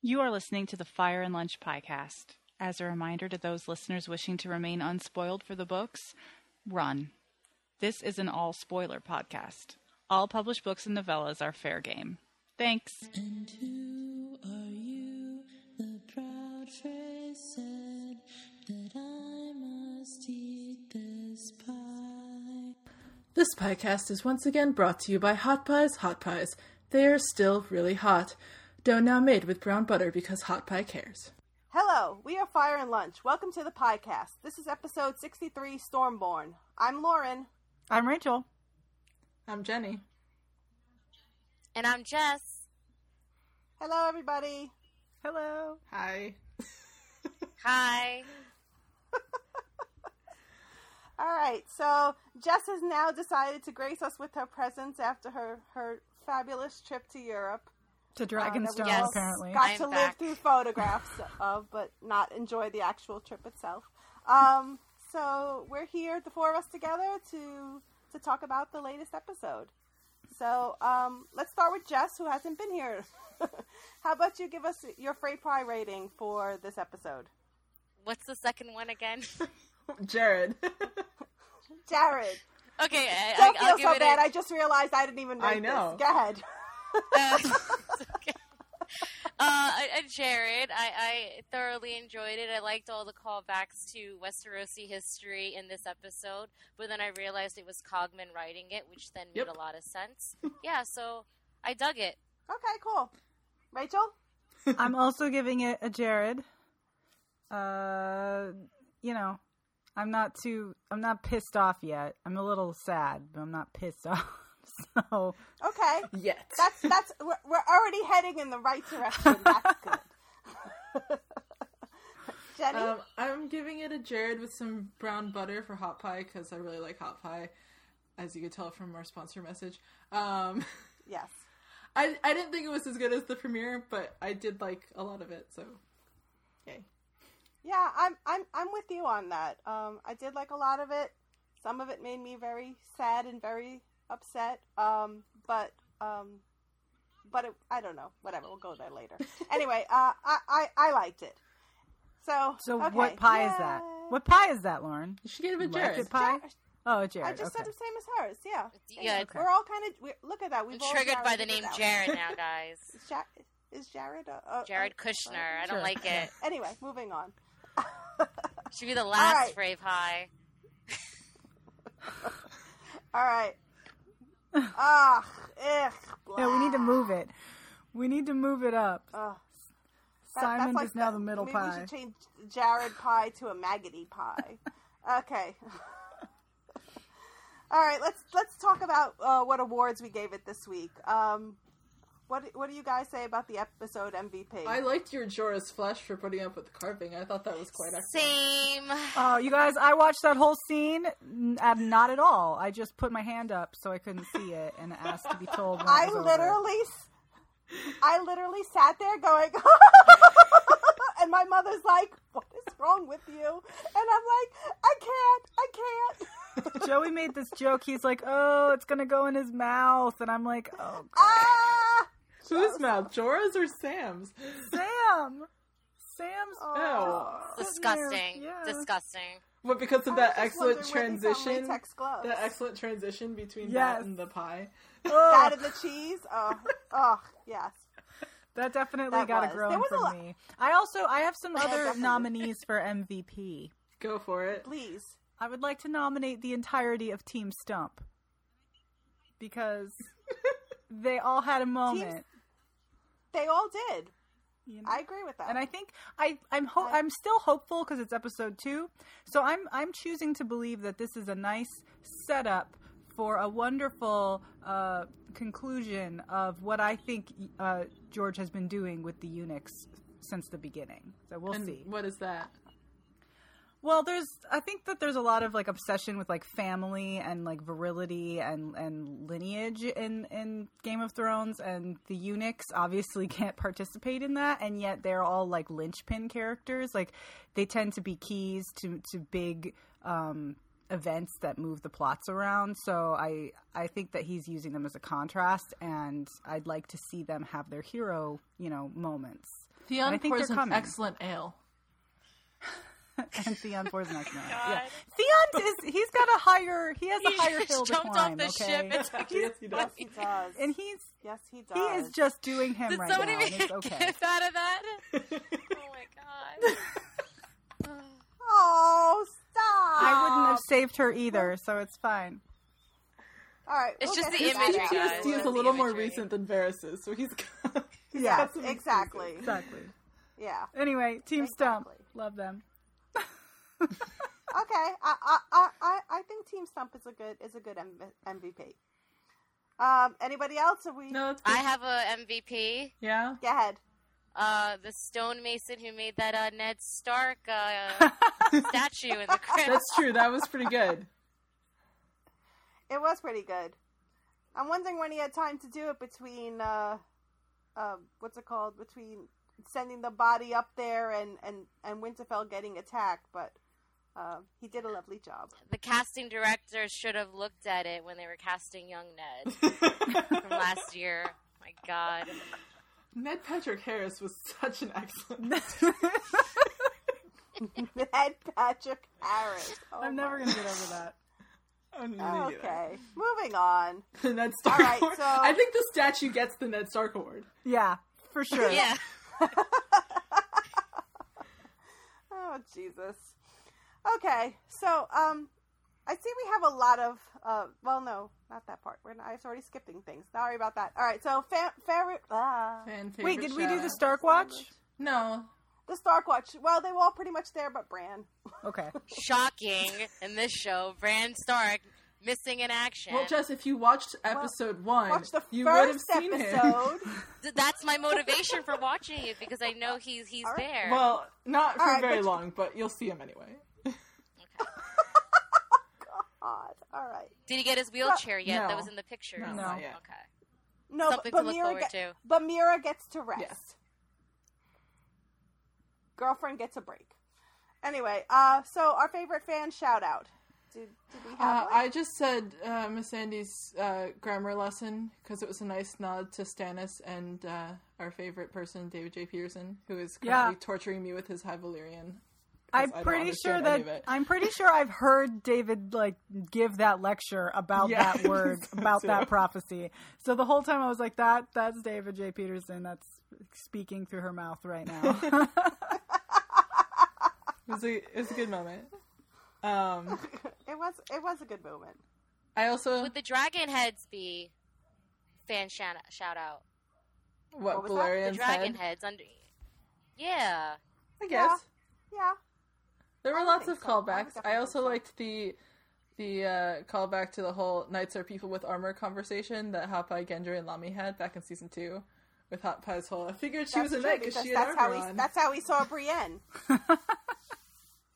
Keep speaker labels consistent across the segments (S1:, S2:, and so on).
S1: You are listening to the Fire and Lunch podcast. As a reminder to those listeners wishing to remain unspoiled for the books, run. This is an all spoiler podcast. All published books and novellas are fair game. Thanks.
S2: And who are you? The proud phrase said that I must eat this pie.
S3: This podcast is once again brought to you by Hot Pies Hot Pies. They are still really hot. Dough now made with brown butter because Hot Pie cares.
S4: Hello, we are Fire and Lunch. Welcome to the podcast. This is episode 63, Stormborn. I'm Lauren.
S5: I'm Rachel.
S3: I'm Jenny.
S6: And I'm Jess.
S4: Hello, everybody.
S5: Hello.
S3: Hi.
S6: Hi.
S4: All right, so Jess has now decided to grace us with her presence after her, her fabulous trip to Europe.
S5: To
S4: that
S5: Dragonstone,
S4: we all
S6: Yes.
S5: apparently.
S4: Got
S6: I am
S4: to live
S6: back.
S4: through photographs of, but not enjoy the actual trip itself. Um, so we're here, the four of us together, to to talk about the latest episode. So um, let's start with Jess, who hasn't been here. How about you give us your Frey Pie rating for this episode?
S6: What's the second one again?
S3: Jared.
S4: Jared,
S6: okay, I,
S4: don't
S6: I,
S4: feel
S6: will give
S4: so
S6: it
S4: bad.
S6: a-
S4: I just realized I didn't even rate
S3: I know.
S4: this. Go ahead.
S6: uh, it's okay. Uh, I- I- Jared, I, I thoroughly enjoyed it. I liked all the callbacks to Westerosi history in this episode, but then I realized it was Cogman writing it, which then
S3: Yep.
S6: made a lot of sense. yeah, so I dug it.
S4: Okay, cool. Rachel,
S5: I'm also giving it a Jared. Uh, you know, I'm not too. I'm not pissed off yet. I'm a little sad, but I'm not pissed off. So
S4: okay.
S3: Yet.
S4: That's that's we're, we're already heading in the right direction. That's good. Jenny,
S5: Uh,
S3: Um, I'm giving it a Jared with some brown butter for hot pie because I really like hot pie, as you could tell from our sponsor message. Um,
S4: yes.
S3: I I didn't think it was as good as the premiere, but I did like a lot of it. So, yay.
S4: Yeah, I'm I'm I'm with you on that. Um, I did like a lot of it. Some of it made me very sad and very upset. Um, but um, but it, I don't know. Whatever. We'll go there later. Anyway, uh, I, I I liked it. So
S5: so
S4: okay.
S5: what pie is that?
S4: Yay.
S5: What pie is that, Lauren?
S3: You should give it a
S5: Jared.
S3: Jared.
S5: pie? Oh, a Jared.
S4: I just
S5: okay.
S4: said the same as hers. Yeah.
S6: Yeah,
S4: Thank you. We're all kind of look at that. We've
S6: I'm
S4: all
S6: triggered by the
S4: Jareded
S6: name
S4: it out.
S6: Jared now, guys.
S4: Is Ja- Is Jared a, a-
S6: Jared
S4: a-
S6: Kushner. I don't
S5: Sure.
S6: like it.
S4: Anyway, moving on.
S6: Should be the last
S4: right.
S6: Brave High.
S4: All right. Ugh. Ugh.
S5: Yeah, we need to
S4: blah.
S5: move it. We need to move it up.
S4: Ugh. That- that's
S5: Simon
S4: like
S5: is now the middle
S4: maybe We
S5: pie.
S4: should change Jared pie to a maggoty pie. okay. All right. Let's let's talk about uh, what awards we gave it this week. Um, what what do you guys say about the episode MVP?
S3: I liked your Jorah's flesh for putting up with the carving. I thought that was quite excellent.
S6: Same.
S5: Oh, you guys, I watched that whole scene. n- uh, Not at all. I just put my hand up so I couldn't see it and asked to be told. When
S4: I
S5: it was over.
S4: literally, s- I literally sat there going, and my mother's like, "What is wrong with you?" And I'm like, "I can't, I can't."
S5: Joey made this joke. He's like, "Oh, it's gonna go in his mouth," and I'm like, "Oh,
S4: Ah,
S3: Whose mouth? Jorah's or Sam's?
S5: Sam, Sam's
S4: Oh.
S5: sitting
S6: Disgusting.
S5: there. Yeah.
S6: Disgusting.
S3: But because of
S4: I
S3: that
S4: was just
S3: excellent
S4: wondering where they found
S3: transition,
S4: latex gloves.
S3: that excellent transition between that
S5: Yes.
S3: and the pie.
S4: that
S5: Ugh.
S4: and the cheese. Oh, oh yes.
S5: That definitely
S4: That
S5: got
S4: was-
S5: a groan
S4: there was a
S5: from
S4: lot-
S5: me. I also I have some other
S4: definitely.
S5: nominees for MVP.
S3: Go for it.
S4: Please.
S5: I would like to nominate the entirety of Team Stump because they all had a moment.
S4: They all did.
S5: you know?
S4: I agree with that.
S5: and I think I I'm ho- I'm still hopeful because it's episode two, so I'm I'm choosing to believe that this is a nice setup for a wonderful uh, conclusion of what I think uh, George has been doing with the eunuchs since the beginning. So we'll
S3: and
S5: see.
S3: what is that?
S5: Well, there's I think that there's a lot of like obsession with like family and like virility and and lineage in in Game of Thrones and the eunuchs obviously can't participate in that and yet they're all like linchpin characters. Like they tend to be keys to to big um events that move the plots around. So I I think that he's using them as a contrast and I'd like to see them have their hero, you know, moments. I
S3: Theon
S5: think they're
S3: pours an
S5: coming.
S3: excellent ale.
S5: and Theon pours an excellent.
S6: God.
S5: Theon is he's got a higher he has
S6: He
S5: a higher
S6: just
S5: hill to
S6: jumped off
S5: climb.
S6: the
S5: okay?
S6: ship. It's
S4: yes, he does. Yes, he does.
S5: and he's
S4: yes, he does.
S5: he is just doing him
S6: Did
S5: right
S6: somebody
S5: now. and
S6: make
S5: It's
S6: a
S5: okay.
S6: gif out of that? oh my god.
S4: Oh, stop!
S5: I wouldn't have saved her either, so it's fine.
S4: All right,
S6: It's
S4: we'll
S6: just
S4: get
S6: the
S4: to that later.
S6: imagery, guys.
S4: Yeah,
S6: It's
S4: yeah,
S6: the
S4: yeah.
S6: That's
S2: is a little more
S6: imagery.
S2: recent than Varys's, so he's got. he's
S5: Yeah,
S2: got some excuses.
S4: exactly.
S5: Exactly.
S4: Yeah.
S5: Anyway, Team Stump.
S4: Exactly.
S5: Love them.
S4: Okay. I, I, I, I I think Team Stump is a good is a good M- MVP. Um. Anybody else? Are we?
S3: No, that's good.
S6: I have a MVP.
S3: yeah.
S4: Go ahead.
S6: Uh, the stonemason who made that uh, Ned Stark uh, statue in the crypt.
S3: That's true. That was pretty good.
S4: It was pretty good. I'm wondering when he had time to do it between uh, uh, what's it called? Between sending the body up there and and and Winterfell getting attacked, but uh, he did a lovely job.
S6: The casting director should have looked at it when they were casting young Ned from last year. My God,
S2: Ned Patrick Harris was such an excellent.
S4: Ned Patrick Harris. Oh
S5: I'm
S4: my-
S5: never gonna get over that.
S2: Oh, no, you don't.
S4: Okay, moving on.
S2: The Ned Stark
S4: All right,
S2: Award.
S4: so-
S2: I think the statue gets the Ned Stark Award.
S5: Yeah, for sure.
S6: yeah.
S4: Oh Jesus. Okay, so um, I see we have a lot of uh. Well, no, not that part. We're not, I was already skipping things. Sorry about that. All right, so fa- favorite. Ah.
S3: Fan
S5: Wait,
S3: favorite
S5: did we do
S3: shout-out.
S5: the Stark Watch?
S3: No.
S4: The Stark Watch. Well, they were all pretty much there, but Bran.
S5: Okay.
S6: Shocking in this show, Bran Stark missing in action.
S3: Well, Jess, if you watched episode one,
S4: Watch the
S3: you would have
S4: first
S3: seen him.
S4: episode.
S6: Th- That's my motivation for watching it because I know he's he's
S4: All right.
S6: there.
S2: Well, not for
S4: All right,
S2: very
S4: but-
S2: long, but you'll see him anyway.
S4: Odd. All right.
S6: Did he get his wheelchair yet?
S2: no.
S6: That was in the picture.
S2: No,
S5: No.
S2: not yet.
S6: Okay.
S4: No,
S6: Something
S4: but
S6: to look
S4: Mira
S6: forward
S4: get-
S6: to.
S4: But Mira gets to rest.
S2: Yes.
S4: Girlfriend gets a break. Anyway, uh, so our favorite fan shout out. Did, did we have
S3: Uh,
S4: one?
S3: I just said uh, Miss Andy's uh, grammar lesson because it was a nice nod to Stannis and uh, our favorite person, David J. Peterson, who is currently
S5: Yeah.
S3: torturing me with his High Valyrian.
S5: I'm
S2: I don't
S5: pretty sure
S2: understand any of
S5: that
S2: it.
S5: I'm pretty sure I've heard David like give that lecture about
S2: Yeah,
S5: that word,
S2: so
S5: about
S2: too.
S5: that prophecy. So the whole time I was like, that that's David J. Peterson. That's speaking through her mouth right now.
S2: It was a, it was a good moment. Um,
S4: It was it was a good moment.
S2: I also
S6: Would the dragon heads be fan shout shout out?
S2: what,
S4: was that? The
S6: The
S2: Valerian
S6: dragon
S2: said.
S6: heads under. Yeah.
S2: I guess
S4: Yeah. Yeah.
S3: There
S4: I
S3: were
S4: would
S3: lots
S4: think
S3: of
S4: so. I would
S3: callbacks.
S4: definitely
S3: I, also
S4: think so.
S3: liked the the uh, callback to the whole "knights are people with armor" conversation that Hot Pie, Gendry, and Lami had back in season two, with Hot Pie's whole. I figured she was a
S4: true,
S3: knight because she had
S4: that's
S3: armor
S4: how we
S3: on.
S4: that's how we saw Brienne.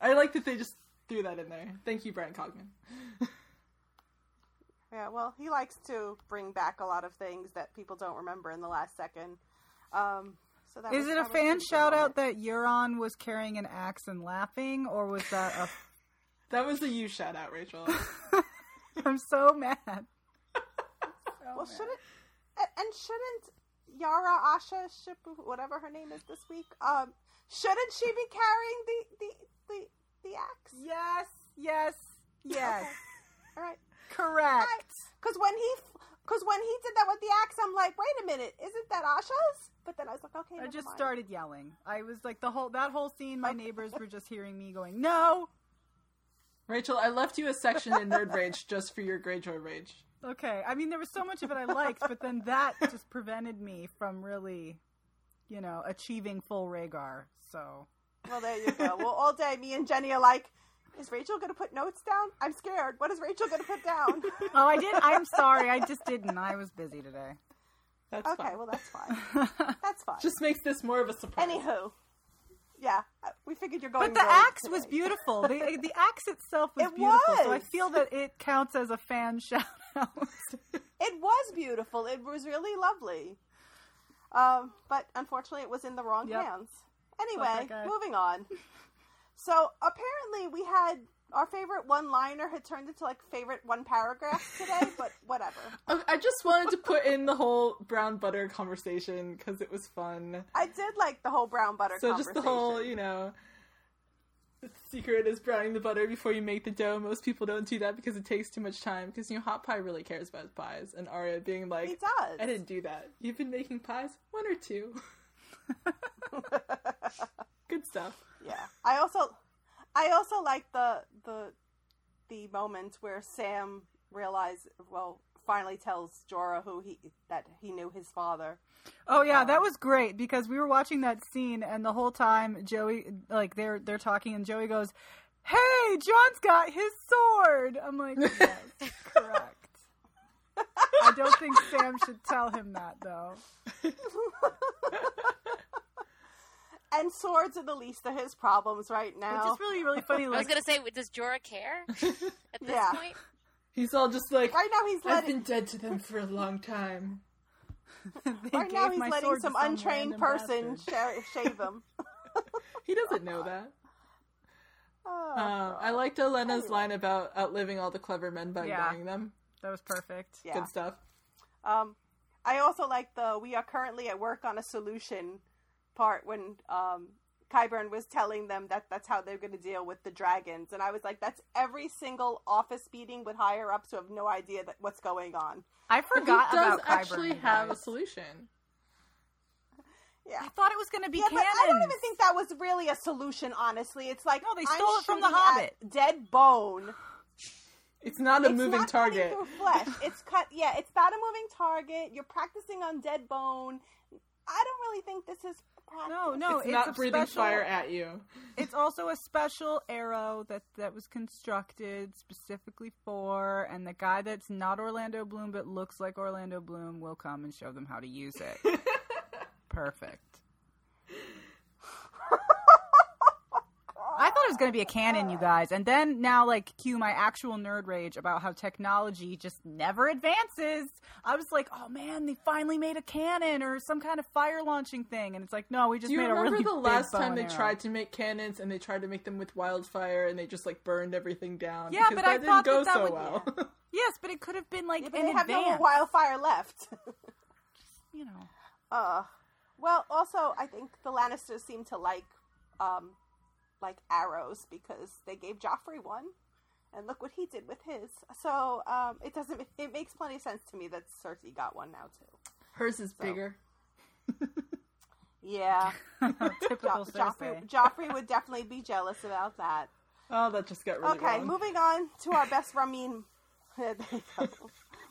S2: I like that they just threw that in there. Thank you, Brian Cogman.
S4: Yeah, well, he likes to bring back a lot of things that people don't remember in the last second. Um, so that
S5: Is
S4: was-
S5: it
S4: that
S5: a
S4: was
S5: fan
S4: good
S5: shout
S4: moment.
S5: out that Euron was carrying an axe and laughing, or was that a
S2: That was a you shout out, Rachel.
S5: I'm so mad. Oh,
S4: Well, shouldn't a- and shouldn't Yara Asha Shipu, whatever her name is this week, um, shouldn't she be carrying the the the, the axe?
S5: Yes, yes, yes.
S4: All right,
S5: Correct.
S4: because when he because when he did that with the axe, I'm like, wait a minute, isn't that Asha's? But then I was like, okay,
S5: I
S4: never
S5: just
S4: mind.
S5: started yelling. I was like the whole that whole scene. My neighbors were just hearing me going, "No,
S2: Rachel, I left you a section in Nerd Rage just for your Greyjoy rage.
S5: okay." I mean, there was so much of it I liked, but then that just prevented me from really, you know, achieving full Rhaegar. So
S4: Well, there you go. Well, all day, me and Jenny are like, is Rachel going to put notes down? I'm scared. What is Rachel going to put down?
S5: oh, I did. I'm sorry, I just didn't. I was busy today.
S2: That's
S4: okay,
S2: fine.
S4: well, that's fine. That's fine.
S2: Just makes this more of a surprise.
S4: Anywho, yeah, uh, we figured you're going.
S5: But the
S4: rogue
S5: axe was
S4: today.
S5: beautiful. The the axe itself was
S4: It
S5: beautiful. So I
S4: was.
S5: feel that it counts as a fan shout out.
S4: It was beautiful. It was really lovely. Um, but unfortunately, it was in the wrong
S5: Yep.
S4: hands.
S5: that
S4: Anyway,
S5: guy.
S4: moving on. So apparently, we had our favorite one liner had turned into like favorite one paragraph today, but whatever.
S2: I I just wanted to put in the whole brown butter conversation because it was fun.
S4: I did like the whole brown butter
S2: So just
S4: conversation.
S2: the whole, you know, the secret is browning the butter before you make the dough. Most people don't do that because it takes too much time. Because you know, hot pie really cares about his pies, and Arya being like,
S4: he does.
S2: I didn't do that. You've been making pies, one or two. Good stuff.
S4: Yeah. I also I also like the the the moment where Sam realized well finally tells Jorah who he that he knew his father.
S5: Oh yeah,
S4: Um,
S5: that was great because we were watching that scene and the whole time Joey like they're they're talking and Joey goes, "Hey, John's got his sword." I'm like, "Yes, correct." I don't think Sam should tell him that though.
S4: And swords are the least of his problems right now.
S5: Which is really really funny
S6: I was
S5: like
S6: gonna say, does Jorah care at this
S4: Yeah.
S6: point?
S2: He's all just like,
S4: right now he's
S2: I've
S4: letting
S2: been dead to them for a long time.
S5: they
S4: right now
S5: gave
S4: he's
S5: my
S4: letting
S5: sword to
S4: some
S5: some
S4: untrained
S5: random
S4: person
S5: bastard.
S4: sh- shave him.
S2: He doesn't know that.
S4: Oh,
S2: Um, I liked Elena's line about outliving all the clever men by
S5: Yeah.
S2: annoying them.
S5: That was perfect.
S4: yeah.
S2: Good stuff.
S4: Um, I also like the "We are currently at work on a solution" part when um, Kyburn was telling them that that's how they're going to deal with the dragons, and I was like, "That's every single office meeting with higher ups who have no idea that what's going on."
S5: I forgot
S2: he does
S5: about Kyburn,
S2: actually
S5: you
S2: have a
S5: guys.
S2: solution.
S4: Yeah,
S5: I thought it was going to be
S4: yeah, but I don't
S5: cannons.
S4: even think that was really a solution. Honestly, it's like
S5: No, they
S4: I'm
S5: stole it from The
S4: shooting at
S5: Hobbit.
S4: dead bone.
S2: It's not a moving
S4: not cutting
S2: target.
S4: through flesh. It's cut. Yeah, it's not a moving target. You're practicing on dead bone. I don't really think this is. Practice.
S5: No, no,
S2: it's,
S5: it's a
S2: not breathing
S5: special-
S2: fire at you.
S5: it's also a special arrow that that was constructed specifically for and the guy that's not Orlando Bloom but looks like Orlando Bloom will come and show them how to use it. Perfect. I thought it was going to be a cannon, you guys. And then now, like, cue my actual nerd rage about how technology just never advances. I was like, oh man, they finally made a cannon or some kind of fire launching thing. And it's like, no, we just
S2: Do you
S5: made
S2: remember
S5: a really
S2: the
S5: big
S2: last
S5: bow
S2: time
S5: and
S2: they
S5: arrow.
S2: tried to make cannons and they tried to make them with wildfire and they just like burned everything down?
S5: Yeah,
S2: because
S5: but I
S2: that
S5: thought
S2: didn't go
S5: that that
S2: so
S5: would-
S2: well.
S5: Yes, but it could have been like
S4: Yeah, but
S5: in
S4: they have no more
S5: advance.
S4: wildfire left.
S5: you know.
S4: Uh, well, also I think the Lannisters seem to like, um, like arrows because they gave Joffrey one, and look what he did with his. So um, it doesn't. It makes plenty of sense to me that Cersei got one now too.
S2: Hers is bigger.
S4: Yeah,
S5: Typical
S4: jo- Joffrey,
S5: Cersei.
S4: Joffrey would definitely be jealous about that.
S2: Oh, that just got really
S4: Okay,
S2: wrong.
S4: moving on to our best Ramin. There you go.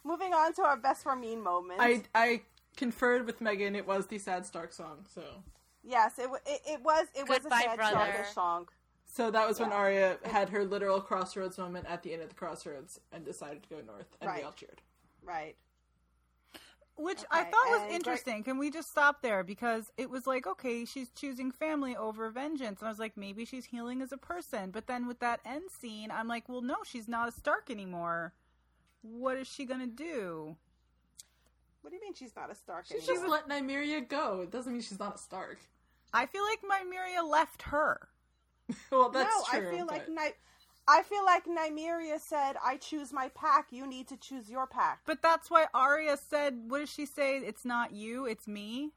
S4: moving on to our best Ramin moment.
S2: I I conferred with Megan. It was the sad Stark song. So
S4: Yes, it, wa- it it was it was
S6: Goodbye,
S4: a sad
S6: brother.
S4: Joffrey song.
S2: so that was when
S4: Yeah.
S2: Arya had her literal crossroads moment at the end of the crossroads and decided to go north, and we
S4: Right.
S2: all cheered.
S4: Right.
S5: Which I
S4: Okay,
S5: thought
S4: and
S5: was
S4: Gra-
S5: interesting. Can we just stop there? Because it was like, okay, she's choosing family over vengeance. And I was like, maybe she's healing as a person. But then with that end scene, I'm like, well, no, she's not a Stark anymore. What is she going to do?
S4: What do you mean she's not a Stark
S2: She's
S4: anymore?
S2: just letting Nymeria go. It doesn't mean she's not a Stark.
S5: I feel like Nymeria left her.
S2: Well, that's
S4: no,
S2: true.
S4: I feel like
S2: but-
S4: Ni- I feel like Nymeria said, "I choose my pack. You need to choose your pack."
S5: But that's why Arya said, what does she say? It's not you, it's me.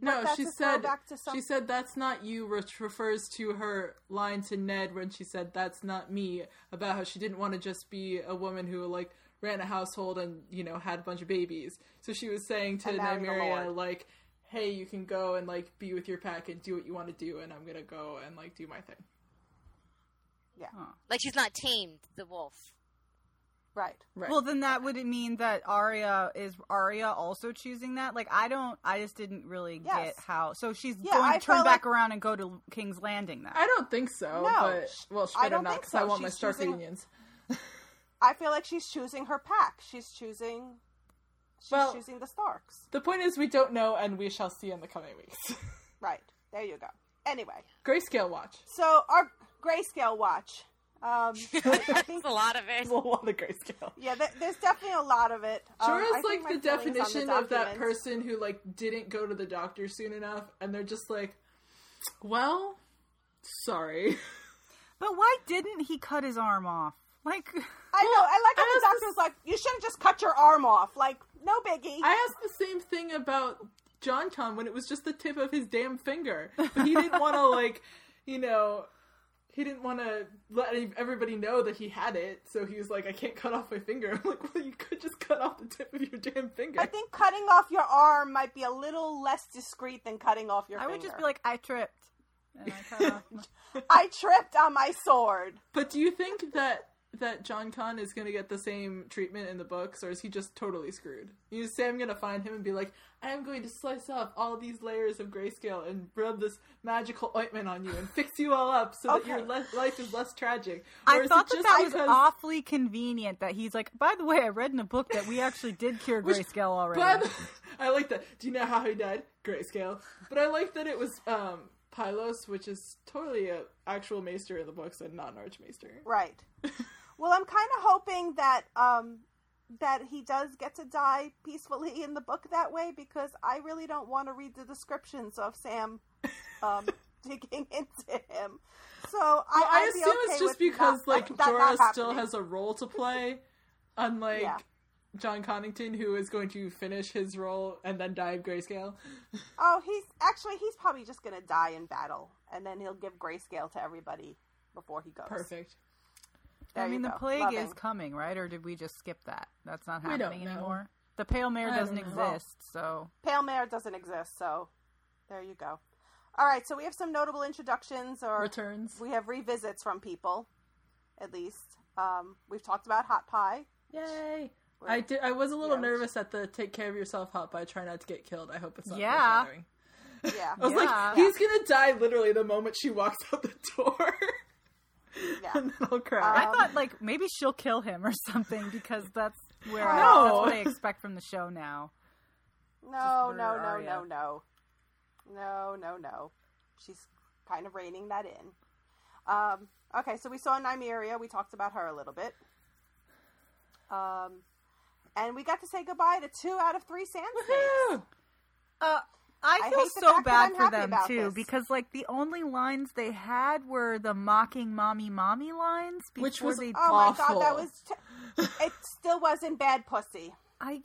S2: No,
S4: that's
S2: she
S4: a
S2: said
S4: throwback to some-
S2: she said that's not you, which refers to her line to Ned when she said that's not me about how she didn't want to just be a woman who like ran a household and you know had a bunch of babies. So she was saying to
S4: And married a
S2: Nymeria
S4: lord.
S2: like, "Hey, you can go and like be with your pack and do what you want to do, and I'm gonna go and like do my thing."
S6: Like she's not tamed the wolf.
S4: Right.
S2: Right.
S5: Well, then that would mean that Arya is Arya also choosing that. Like, I don't, I just didn't really
S4: Yes.
S5: get how. So she's
S4: Yeah,
S5: going
S4: I
S5: to turn
S4: felt
S5: back
S4: like-
S5: around and go to King's Landing. Then
S2: I don't think so.
S4: No,
S2: but
S4: sh-
S2: well, she
S4: I
S2: better
S4: don't
S2: not
S4: think
S2: because I
S4: so.
S2: want my
S4: She's
S2: Stark
S4: choosing-
S2: unions.
S4: I feel like she's choosing her pack. She's choosing. She's
S2: Well-
S4: choosing the Starks.
S2: The point is, we don't know, and we shall see in the coming weeks.
S4: Right. There you go. Anyway,
S2: Grayscale watch.
S4: so our grayscale watch. Um, I
S6: It's
S4: think
S6: a lot of it.
S2: Well, what a grayscale.
S4: yeah, th- there's definitely a lot of it. Um,
S2: Sure
S4: I
S2: is
S4: think
S2: like
S4: my
S2: the
S4: feelings on the
S2: definition of that
S4: document-
S2: person who like didn't go to the doctor soon enough, and they're just like, "Well, sorry."
S5: But why didn't he cut his arm off? Like,
S4: I know. I like how the doctor was like, "You should have just cut your arm off." Like, no biggie.
S2: I asked the same thing about John Con when it was just the tip of his damn finger, but he didn't want to like, you know, he didn't want to let any, everybody know that he had it. So he was like, "I can't cut off my finger." I'm like, "Well, you could just cut off the tip of your damn finger."
S4: I think cutting off your arm might be a little less discreet than cutting off your
S5: I
S4: finger.
S5: would just be like, I tripped. And I cut off my-
S4: I tripped on my sword.
S2: But do you think that that John Con is going to get the same treatment in the books, or is he just totally screwed? You say I'm going to find him and be like, I am going to slice off all these layers of grayscale and rub this magical ointment on you and fix you all up so that
S4: Okay.
S2: your le- life is less tragic. Or
S5: I
S2: is
S5: thought
S2: it
S5: that
S2: just
S5: that was
S2: because-
S5: awfully convenient that he's like, by the way, I read in a book that we actually did cure grayscale already.
S2: By the- I like that. Do you know how he died? Grayscale. But I like that it was um, Pylos, which is totally an actual maester in the books and not an archmaester.
S4: Right. well, I'm kind of hoping that um that he does get to die peacefully in the book that way because I really don't want to read the descriptions of Sam um digging into him. So I,
S2: I
S4: I'd be
S2: assume it's
S4: okay
S2: just
S4: with not-
S2: because like
S4: that not
S2: Jorah still
S4: happening.
S2: has a role to play, unlike
S4: Yeah.
S2: John Connington, who is going to finish his role and then die of grayscale.
S4: Oh, he's actually he's probably just gonna die in battle, and then he'll give grayscale to everybody before he goes.
S2: Perfect.
S4: There
S5: I
S4: you
S5: mean, the
S4: go.
S5: plague
S4: Loving.
S5: is coming, right? Or did we just skip that? That's not
S3: We don't
S5: happening
S3: know.
S5: anymore. The Pale Mare
S3: I
S5: doesn't
S3: don't know.
S5: exist, so
S4: Pale Mare doesn't exist, so there you go. All right, so we have some notable introductions, or
S3: Returns.
S4: we have revisits from people, at least. Um, we've talked about hot pie.
S3: Yay! I did. I was a little
S4: Yeah.
S3: nervous at the "Take care of yourself, hot by try not to get killed." I hope it's not.
S5: Yeah.
S3: foreshadowing.
S4: Yeah,
S2: I was
S5: Yeah.
S2: like, he's gonna die literally the moment she walks out the door.
S4: yeah.
S2: and then I'll cry.
S5: I
S4: Um,
S5: thought like maybe she'll kill him or something because that's where I,
S2: No.
S5: that's what I expect from the show now.
S4: No,
S5: murder
S4: no, no,
S5: Arya.
S4: no, no, no, no, no. She's kind of reining that in. Um, okay, so we saw Nymeria. We talked about her a little bit. Um, and we got to say goodbye to two out of three Sand Snakes.
S2: Woo!
S5: Uh, I
S4: I
S5: feel
S4: hate the
S5: so
S4: fact that
S5: bad
S4: I'm
S5: for
S4: happy
S5: them
S4: about
S5: too
S4: this.
S5: because like the only lines they had were the mocking mommy mommy lines,
S2: Which
S5: before
S2: was
S5: they,
S4: Oh my god, that
S2: Awful.
S4: was. T- it still wasn't bad pussy.
S5: I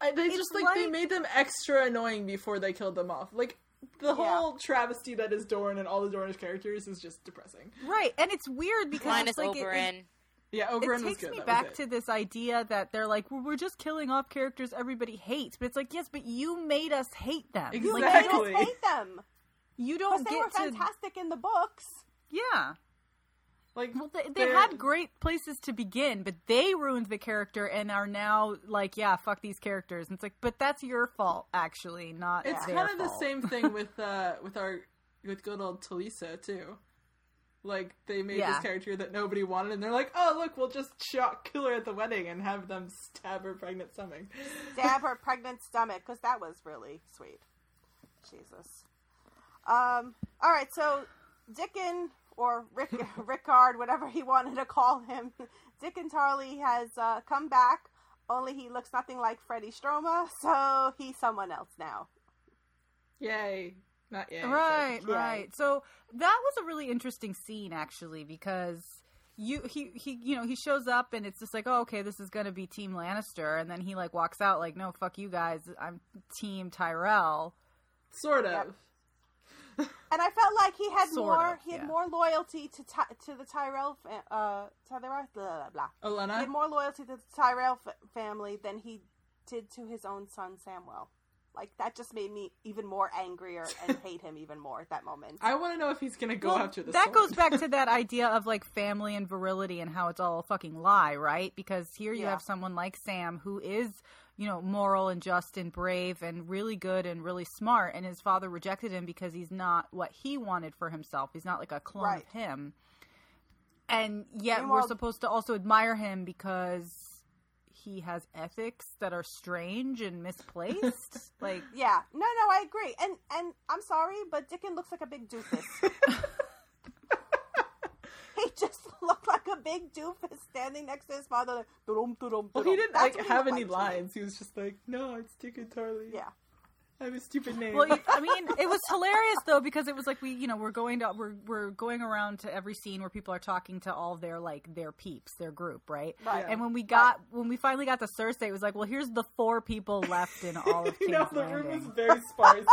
S2: I, they
S5: It's
S2: just like they
S5: like-
S2: made them extra annoying before they killed them off. Like the whole travesty that is Dorne and all the Dornish characters is just depressing.
S5: right, and it's weird because
S6: Minus
S5: it's like it- it,
S6: Oberyn.
S2: Yeah, Oberyn was
S5: it takes
S2: good.
S5: me
S2: that was
S5: back
S2: it.
S5: to this idea that they're like, well, we're just killing off characters everybody hates, but it's like, yes, but you made us hate them.
S4: Like,
S5: Like,
S4: I don't
S2: Exactly.
S4: hate them
S5: you
S4: because
S5: don't
S4: they were
S5: get to,
S4: fantastic in the books.
S5: yeah.
S2: Like
S5: Well, they, they
S2: They're-
S5: had great places to begin, but they ruined the character and are now like, yeah, fuck these characters. And it's like, but that's your fault, actually, not
S2: It's
S5: their
S2: kind of the
S5: fault.
S2: same thing with uh with our with good old Talisa too. Like they made
S5: Yeah.
S2: this character that nobody wanted, and they're like, "Oh, look, we'll just shock kill her at the wedding and have them stab her pregnant stomach."
S4: Stab her pregnant stomach because that was really sweet. Jesus. Um. All right. So Dickon or Rick Rickard, whatever he wanted to call him, Dickon Tarley has uh, come back. Only he looks nothing like Freddie Stroma, so he's someone else now.
S2: Yay! Not yay. but-
S5: Right,
S4: Yeah.
S5: right. So that was a really interesting scene actually because you he he you know he shows up and it's just like oh okay this is gonna be Team Lannister and then he like walks out like no fuck you guys I'm Team Tyrell
S2: Sort of.
S4: Yep. And I felt like he had
S5: Sort
S4: more
S5: of,
S4: he had
S5: yeah.
S4: more loyalty to Ty- to the Tyrell fa- uh Tyrell blah blah blah. He
S2: Elena.
S4: had more loyalty to the Tyrell f- family than he did to his own son Samwell. Like that just made me even more angrier and hate him even more at that moment.
S2: I want to know if he's gonna go
S5: Well,
S2: after the.
S5: that
S2: sword.
S5: goes back to that idea of like family and virility and how it's all a fucking lie, right? Because here you
S4: Yeah.
S5: have someone like Sam who is, you know, moral and just and brave and really good and really smart, and his father rejected him because he's not what he wanted for himself. He's not like a clone
S4: Right.
S5: of him. And yet we're
S4: Meanwhile-
S5: supposed to also admire him because he has ethics that are strange and misplaced. like
S4: yeah, no, no, I agree. And and I'm sorry, but Dickon looks like a big doofus. he just looked like a big doofus standing next to his father. Like, "Dudum, dudum,
S2: Well, he
S4: dudum."
S2: didn't
S4: That's
S2: like
S4: what he
S2: have
S4: looked
S2: any
S4: like to me.
S2: lines. He was just like, "No, it's Dick and Tarly."
S4: Yeah.
S2: I have a stupid name.
S5: Well, you- I mean, it was hilarious though because it was like we, you know, we're going to we're we're going around to every scene where people are talking to all their like their peeps, their group, right?
S4: Right.
S5: And when we got when we finally got to Cersei, it was like, well, here's the four people left in all of
S2: you
S5: King's
S2: know, the
S5: Landing.
S2: room was very sparse.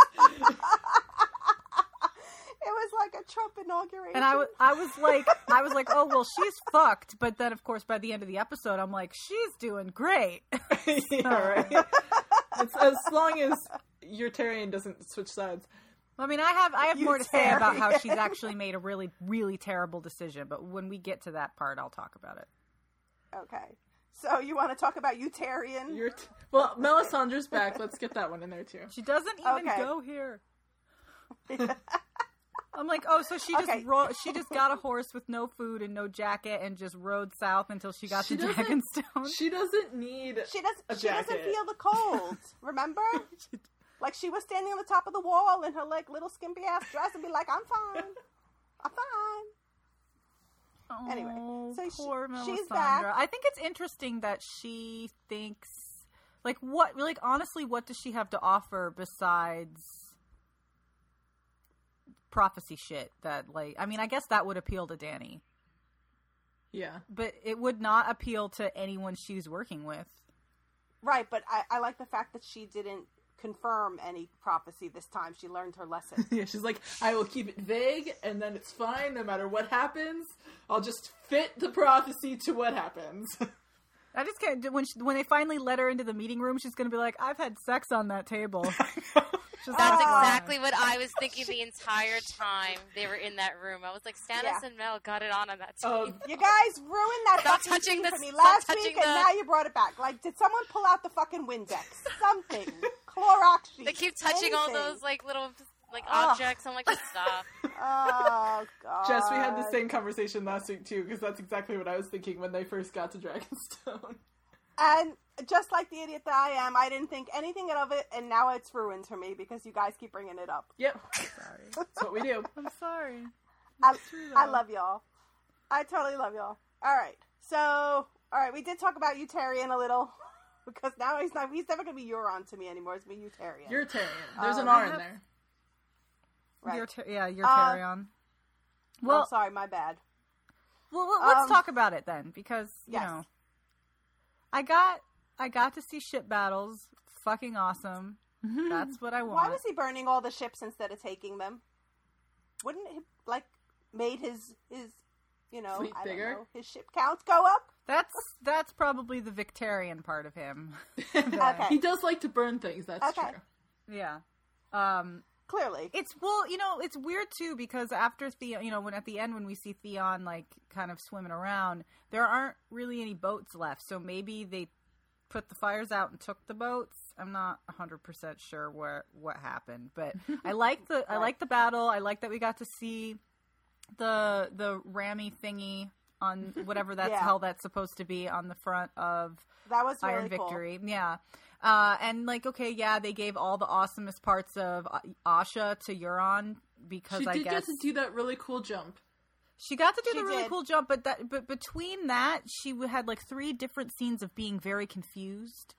S4: It was like a Trump inauguration.
S5: and I was, I was like, I was like, oh well, she's fucked. But then, of course, by the end of the episode, I'm like, she's doing great.
S2: yeah, right. It's, as long as your Tyrion doesn't switch sides.
S5: I mean, I have, I have more to say about how she's actually made a really, really terrible decision. But when we get to that part, I'll talk about it.
S4: okay. So you want to talk about Utarian?
S2: You're t- well, Melisandre's back. Let's get that one in there too.
S5: She doesn't even
S4: Okay.
S5: go here. I'm like, oh, so she just
S4: Okay.
S5: ro- she just got a horse with no food and no jacket and just rode south until she got
S2: She
S5: to
S2: doesn't-
S5: Dragonstone.
S2: She doesn't need.
S4: She doesn't.
S2: A
S4: She doesn't
S2: jacket.
S4: feel the cold. Remember? like she was standing on the top of the wall in her like little skimpy ass dress and be like, "I'm fine. I'm fine." Anyway,
S5: Oh,
S4: so she-
S5: poor
S4: she's
S5: Melisandre.
S4: back.
S5: I think it's interesting that she thinks, like, what, like, honestly, what does she have to offer besides prophecy shit? That, like, I mean, I guess that would appeal to Danny,
S2: Yeah.
S5: but it would not appeal to anyone she's working with.
S4: Right, but I, I like the fact that she didn't confirm any prophecy this time. She learned her lesson.
S2: Yeah, she's like, I will keep it vague, and then it's fine no matter what happens. I'll just fit the prophecy to what happens.
S5: I just can't. When she, when they finally let her into the meeting room, she's gonna be like, "I've had sex on that table." She's
S6: That's
S5: like,
S6: exactly what I was thinking the entire time they were in that room. I was like, Stannis
S4: Yeah.
S6: and Mel got it on on that team.
S2: Um,
S4: you guys ruined that
S6: Stop
S4: fucking
S6: touching
S4: scene
S6: the-
S4: for me
S6: stop
S4: last
S6: touching
S4: week,
S6: the-
S4: and now you brought it back. Like, did someone pull out the fucking Windex? Something. Clorox sheet.
S6: they keep touching all
S4: anything.
S6: those like little like
S4: Ugh.
S6: objects. I'm like, just stop.
S4: Oh god.
S2: Jess, we had the same conversation last week too, because that's exactly what I was thinking when they first got to Dragonstone.
S4: And just like the idiot that I am, I didn't think anything of it, and now it's ruined for me because you guys keep bringing it up.
S2: Yep, that's what we do.
S5: I'm sorry.
S4: I,
S5: true,
S4: I
S5: though.
S4: love y'all. I totally love y'all. All right, so all right, we did talk about Utarian a little because now he's not—he's never gonna be Euron to me anymore. It's me Utarian.
S2: You're Tyrion. There's an
S4: Oh.
S2: R in there.
S4: right.
S5: You're ter- yeah, you're
S4: Uh,
S5: carry on.
S4: well,
S5: Well,
S4: sorry, my bad.
S5: well, well, let's
S4: um,
S5: talk about it then, because you
S4: Yes.
S5: know, I got I got to see ship battles. Fucking awesome. That's what I want.
S4: Why was he burning all the ships instead of taking them? Wouldn't it like made his his you know
S2: Fleet
S4: I don't
S2: bigger?
S4: know his ship counts go up?
S5: That's that's probably the Victorian part of him.
S4: Okay.
S2: He does like to burn things. That's
S4: Okay.
S2: true.
S5: Yeah. Um,
S4: Clearly,
S5: It's well, you know, it's weird too because after Theon, you know, when at the end when we see Theon like kind of swimming around, there aren't really any boats left. So maybe they put the fires out and took the boats. I'm not 100% sure where what happened, but I like the I like the battle. I like that we got to see the the rammy thingy on whatever that
S4: Yeah.
S5: hell that's supposed to be on the front of
S4: that was really
S5: Iron
S4: cool.
S5: Victory. Yeah. Uh, and like, okay, yeah, they gave all the awesomest parts of uh, Asha to Euron because
S2: She
S5: I
S2: did
S5: guess
S2: get to do that really cool jump.
S5: she got to do
S4: She
S5: the really
S4: did.
S5: cool jump, but that but between that she w- had like three different scenes of being very confused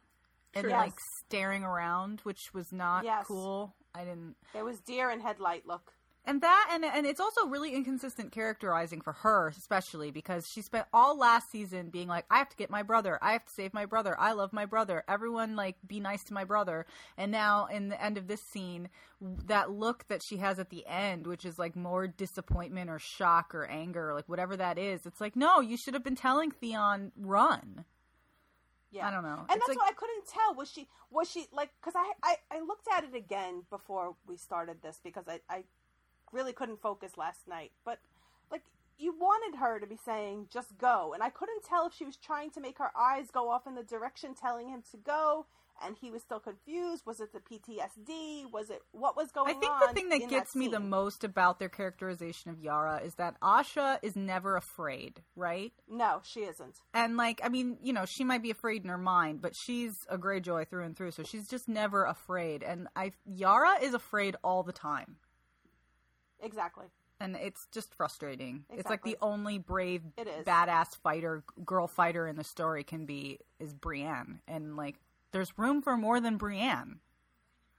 S5: and
S2: True.
S5: like
S4: Yes.
S5: staring around, which was not
S4: Yes.
S5: cool. I didn't
S4: There was deer and headlight look.
S5: and that and and it's also really inconsistent characterizing for her especially because she spent all last season being like i have to get my brother i have to save my brother i love my brother everyone like be nice to my brother and now in the end of this scene w- that look that she has at the end which is like more disappointment or shock or anger or like whatever that is it's like no you should have been telling theon run
S4: Yeah,
S5: I don't know.
S4: and
S5: It's
S4: that's
S5: like-
S4: what I couldn't tell. Was she was she like? Because I, I I looked at it again before we started this because I I really couldn't focus last night. But like you wanted her to be saying just go, and I couldn't tell if she was trying to make her eyes go off in the direction telling him to go, and he was still confused. Was it the PTSD? Was it what was going on?
S5: I think the thing
S4: in
S5: that gets me the
S4: scene?
S5: most about their characterization of Yara is that Asha is never afraid, right?
S4: No, she isn't.
S5: and like i mean you know she might be afraid in her mind but she's a greyjoy through and through so she's just never afraid and i yara is afraid all the time
S4: Exactly.
S5: and it's just frustrating it's like
S4: Exactly.
S5: the only brave
S4: It is.
S5: badass fighter girl fighter in the story can be is brienne and like there's room for more than brienne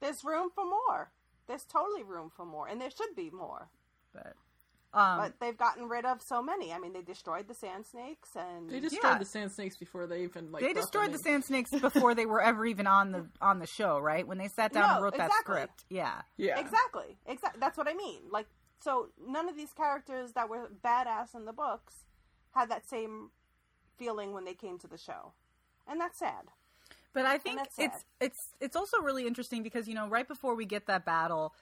S4: There's room for more. There's totally room for more, and there should be more.
S5: But um,
S4: But they've gotten rid of so many. I mean, they destroyed the sand snakes, and
S2: They destroyed
S5: Yeah.
S2: the sand snakes before they even like.
S5: they
S2: got the
S5: destroyed the
S2: name.
S5: sand snakes before they were ever even on the on the show, right? When they sat down and
S4: No,
S5: wrote that
S4: exactly.
S5: script. Yeah.
S2: Yeah,
S4: exactly, exactly. That's what I mean. Like, so none of these characters that were badass in the books had that same feeling when they came to the show, and that's sad.
S5: But I think
S4: that's
S5: it's
S4: sad.
S5: it's it's also really interesting because you know right before we get that battle,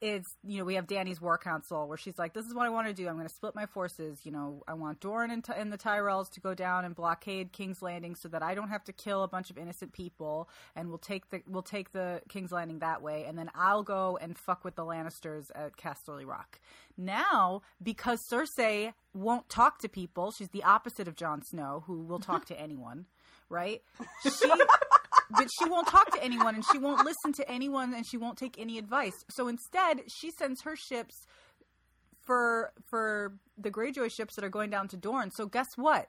S5: it's you know we have Danny's war council where she's like, "This is what I want to do. I'm going to split my forces. You know, I want Doran and, Ty- and the Tyrells to go down and blockade King's Landing so that I don't have to kill a bunch of innocent people, and we'll take the we'll take the King's Landing that way, and then I'll go and fuck with the Lannisters at Casterly Rock." Now, because Cersei won't talk to people, she's the opposite of Jon Snow, who will talk to anyone, right? She but she won't talk to anyone and she won't listen to anyone and she won't take any advice. So instead, she sends her ships for for the Greyjoy ships that are going down to Dorne. So guess what?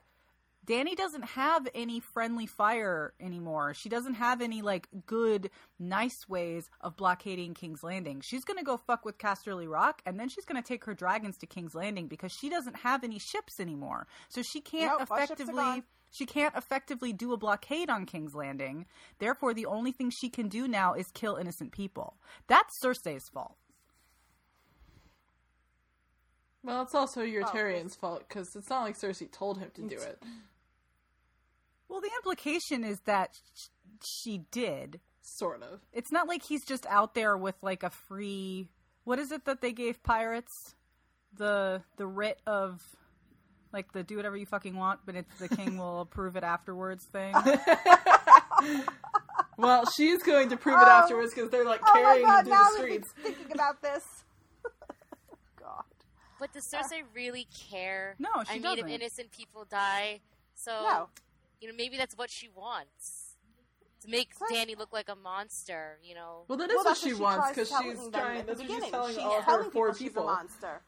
S5: Danny doesn't have any friendly fire anymore. She doesn't have any like good, nice ways of blockading King's Landing. She's gonna go fuck with Casterly Rock, and then she's gonna take her dragons to King's Landing because she doesn't have any ships anymore. So she can't
S4: Nope, our ships are
S5: effectively
S4: gone.
S5: she can't effectively do a blockade on King's Landing. Therefore, the only thing she can do now is kill innocent people. That's Cersei's fault.
S2: Well, it's also your
S4: Oh.
S2: Tyrion's fault because it's not like Cersei told him to do it.
S5: Well, the implication is that sh- she did.
S2: Sort of.
S5: It's not like he's just out there with like a free. What is it that they gave pirates? The the writ of like the do whatever you fucking want, but it's the king will approve it afterwards thing.
S2: Well, she's going to prove it afterwards because they're like
S4: Oh my
S2: carrying
S4: god!
S2: him through
S4: Now
S2: the
S4: that
S2: streets.
S4: we're thinking about this, God,
S6: But does Cersei really care?
S5: No, she
S6: I mean,
S5: doesn't.
S6: if innocent people die, so
S2: Uh,
S4: no.
S6: you know maybe that's what she wants to make
S4: Cersei-
S6: Danny look like a monster. You know,
S2: Well, that is
S4: Well,
S2: what
S4: that's
S2: she
S4: she
S2: wants
S4: tries
S2: because
S4: telling
S2: she's
S4: them
S2: trying.
S4: at the
S2: That's what she's
S4: beginning.
S2: telling
S4: she's
S2: all
S4: telling
S2: her four
S4: people. She's a
S2: people.
S4: monster.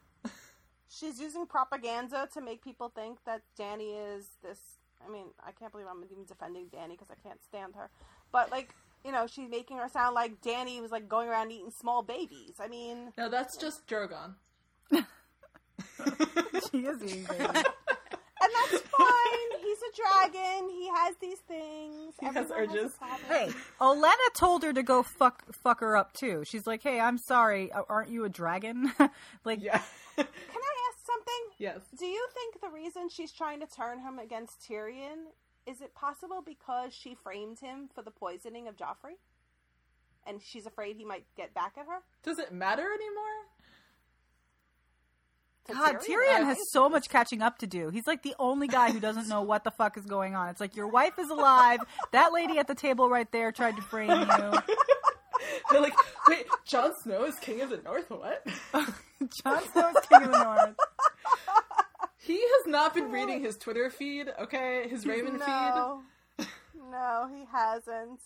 S4: she's using propaganda to make people think that Danny is this. I mean, I can't believe I'm even defending Danny because I can't stand her. But like, you know, she's making her sound like Danny was like going around eating small babies. I mean,
S2: No, that's just Drogon.
S5: she is eating babies.
S4: and that's fine. He's a dragon. He has these things. He
S2: has urges.
S5: Hey, Olena told her to go fuck fuck her up too. She's like, "Hey, I'm sorry. A- Aren't you a dragon?" like,
S2: Yeah.
S4: Can I ask something?
S2: yes.
S4: Do you think the reason she's trying to turn him against Tyrion is it possible because she framed him for the poisoning of Joffrey? And she's afraid he might get back at her?
S2: Does it matter anymore?
S4: To
S5: God, Tyrion
S4: I
S5: has
S4: think
S5: so much catching up to do. He's like the only guy who doesn't know what the fuck is going on. It's like your wife is alive. That lady at the table right there tried to frame you.
S2: They're like, wait, Jon Snow is king of the North. What?
S5: Jon Snow is king of the north.
S2: He has not been reading his Twitter feed. Okay, his Raven feed.
S4: No. no, he hasn't.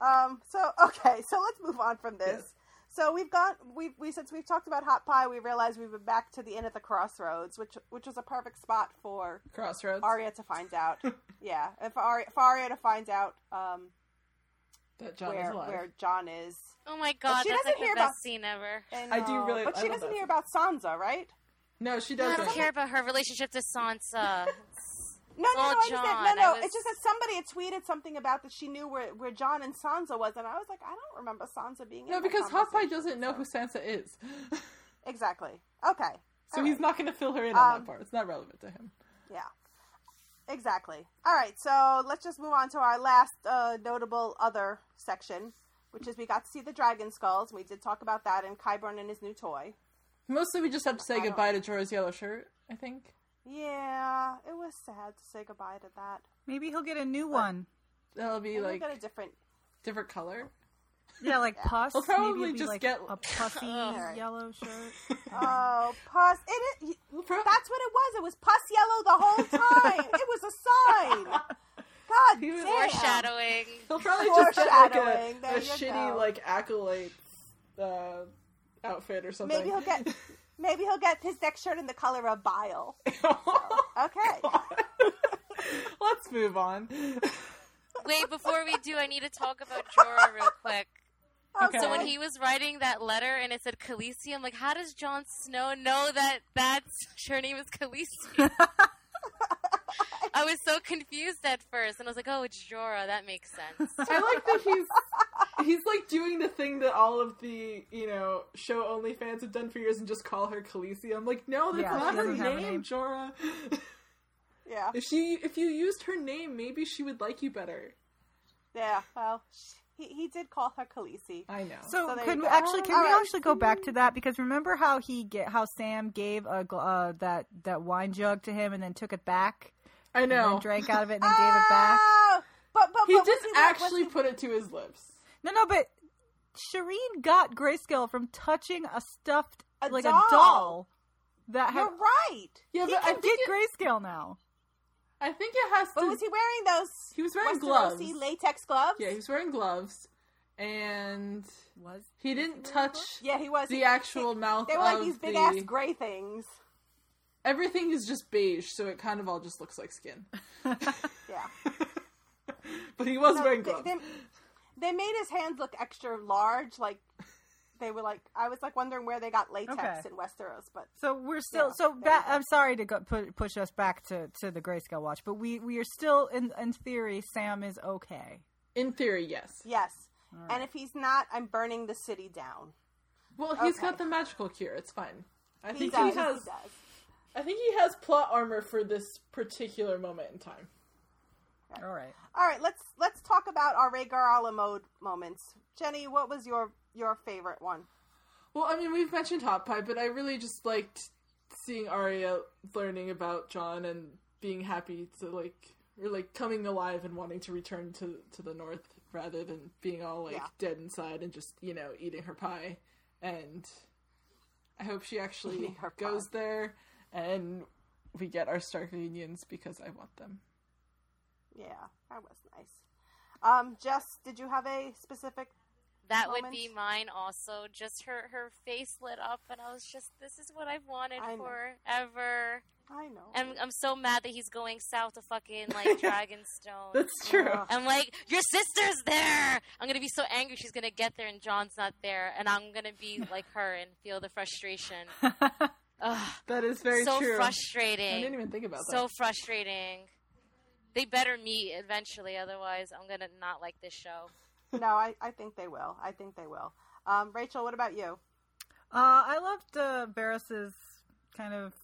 S4: Um, so okay, so let's move on from this.
S2: Yes.
S4: So we've got we we since we've talked about hot pie, we realize we've been back to the end of the crossroads, which which was a perfect spot for
S2: Crossroads.
S4: Arya to find out. yeah, and for Arya, for Arya to find out um,
S2: that Jon is
S4: where
S2: alive.
S4: where John is.
S6: oh my god,
S4: she
S6: that's
S4: doesn't
S6: like the
S4: hear
S6: best
S4: about-
S6: scene ever.
S4: And,
S2: I do
S4: uh,
S2: really-
S4: but
S2: I
S4: she
S2: love
S4: doesn't
S2: that
S4: hear about Sansa, right?
S2: No, she
S6: I
S2: doesn't.
S6: don't care about her relationship to
S4: No,
S6: Sansa.
S4: no,
S6: all
S4: no, I just said, no,
S6: Jon. I
S4: no.
S6: was-
S4: It's just that somebody had tweeted something about that she knew where, where John and Sansa was, and I was like, I don't remember Sansa being.
S2: No,
S4: in that
S2: because Hot Pie
S4: conversation,
S2: doesn't know
S4: so-
S2: who Sansa is,
S4: Exactly. Okay.
S2: so
S4: All
S2: he's
S4: right.
S2: not going to fill her in on
S4: Um,
S2: that part. It's not relevant to him.
S4: Yeah. Exactly. All right. So let's just move on to our last uh, notable other section, which is we got to see the dragon skulls. We did talk about that, and Kyburn and his new toy.
S2: Mostly, we just have to say
S4: I don't-
S2: goodbye to Jorah's yellow shirt. I think.
S4: Yeah, it was sad to say goodbye to that.
S5: Maybe he'll get a new one.
S2: That'll be
S4: And
S2: like
S4: we'll get a different.
S2: different color.
S5: Yeah, like pus.
S2: He'll probably
S5: Maybe it'll be
S2: just
S5: like
S2: get-
S5: a puffy
S4: Alright.
S5: yellow shirt.
S4: Oh, pus! It is.
S2: Pro-
S4: That's what it was. It was pus yellow the whole time. it was a sign. God
S2: He was
S4: damn.
S6: Foreshadowing.
S2: He'll probably just get like a,
S4: Foreshadowing.
S2: a
S4: There you
S2: shitty
S4: go.
S2: like acolyte uh, outfit or something.
S4: Maybe he'll get. Maybe he'll get his next shirt in the color of bile. Okay.
S2: Let's move on.
S6: Wait, before we do, I need to talk about Jorah real quick.
S4: Okay.
S6: So when he was writing that letter and it said Khaleesi, I'm like, how does Jon Snow know that that's her name is Khaleesi? I was so confused at first, and I was like, oh, it's Jorah. That makes sense.
S2: I like that he's he's like doing the thing that all of the you know show only fans have done for years and just call her Khaleesi. I'm like, no, that's
S5: Yeah, she
S2: not her
S5: doesn't have
S2: name,
S5: a name.
S2: Jorah.
S4: yeah,
S2: if she if you used her name, maybe she would like you better.
S4: yeah. Well, he he did call her Khaleesi.
S2: I know.
S5: So,
S4: So there
S5: can
S4: you
S5: we
S4: go.
S5: actually can
S4: All
S5: we
S4: right.
S5: actually go back to that because remember how he get how Sam gave a gl- uh, that that wine jug to him and then took it back
S2: I
S5: and
S2: know.
S5: then drank out of it and then gave it back.
S4: Oh, but but
S2: He
S4: but was
S2: just
S4: like- was
S2: actually
S4: he-
S2: put it to his lips.
S5: No, no, but Shireen got grayscale from touching a stuffed
S4: A
S5: like
S4: doll.
S5: a doll that had.
S4: You're right.
S2: Yeah,
S5: He
S2: but I
S5: can
S2: think
S5: get
S2: it,
S5: grayscale now.
S2: I think it has
S4: But
S2: to.
S4: was he wearing those?
S2: He was wearing
S4: Westerosi
S2: gloves.
S4: latex gloves.
S2: Yeah, he was wearing gloves, and
S5: Was
S2: he didn't touch
S4: Yeah, he was.
S2: the
S4: He-
S2: actual mouth.
S4: They were like
S2: of
S4: these big
S2: the-
S4: ass gray things.
S2: Everything is just beige, so it kind of all just looks like skin.
S4: Yeah.
S2: But he was
S4: No,
S2: wearing
S4: they-
S2: gloves.
S4: They, they made his hands look extra large, like they were like I was like wondering where they got latex
S5: Okay.
S4: in Westeros, but
S5: So we're still
S4: Yeah,
S5: so.
S4: there
S5: Ba-
S4: we go.
S5: I'm sorry to go, pu- push us back to to the grayscale watch, but we we are still in in theory. Sam is okay.
S2: In theory, yes.
S4: yes. And if he's not, I'm burning the city down.
S2: Well, he's
S4: Okay.
S2: got the magical cure. It's fine. I
S4: He
S2: think
S4: does.
S2: he has.
S4: He does.
S2: I think he has plot armor for this particular moment in time.
S5: All right.
S4: All right, let's let's talk about our Rhaegar Garala mode moments. Jenny, what was your your favorite one?
S2: Well, I mean, we've mentioned Hot Pie, but I really just liked seeing Arya learning about John and being happy to like, or like coming alive and wanting to return to to the North rather than being all like
S4: Yeah.
S2: dead inside and just you know eating her pie. And I hope she actually
S4: Eating her pie.
S2: goes there and we get our Stark reunions because I want them.
S4: Yeah, that was nice. Um, Jess, did you have a specific?
S6: That would
S4: Moment.
S6: be mine also. Just her her face lit up, and I was just, this is what I've wanted
S4: I know.
S6: forever.
S4: I know.
S6: And I'm so mad that he's going south to fucking like Dragonstone.
S2: That's true.
S4: Ugh.
S6: I'm like, your sister's there. I'm gonna be so angry. She's gonna get there, and John's not there, and I'm gonna be like her and feel the frustration. Ugh,
S2: That is very
S6: so
S2: true. I didn't
S6: frustrating.
S2: even think about
S6: So
S2: that.
S6: frustrating. They better meet eventually, otherwise I'm gonna not like this show.
S4: no, I, I think they will. I think they will. Um, Rachel, what about you?
S5: Uh, I loved uh, Varys's kind of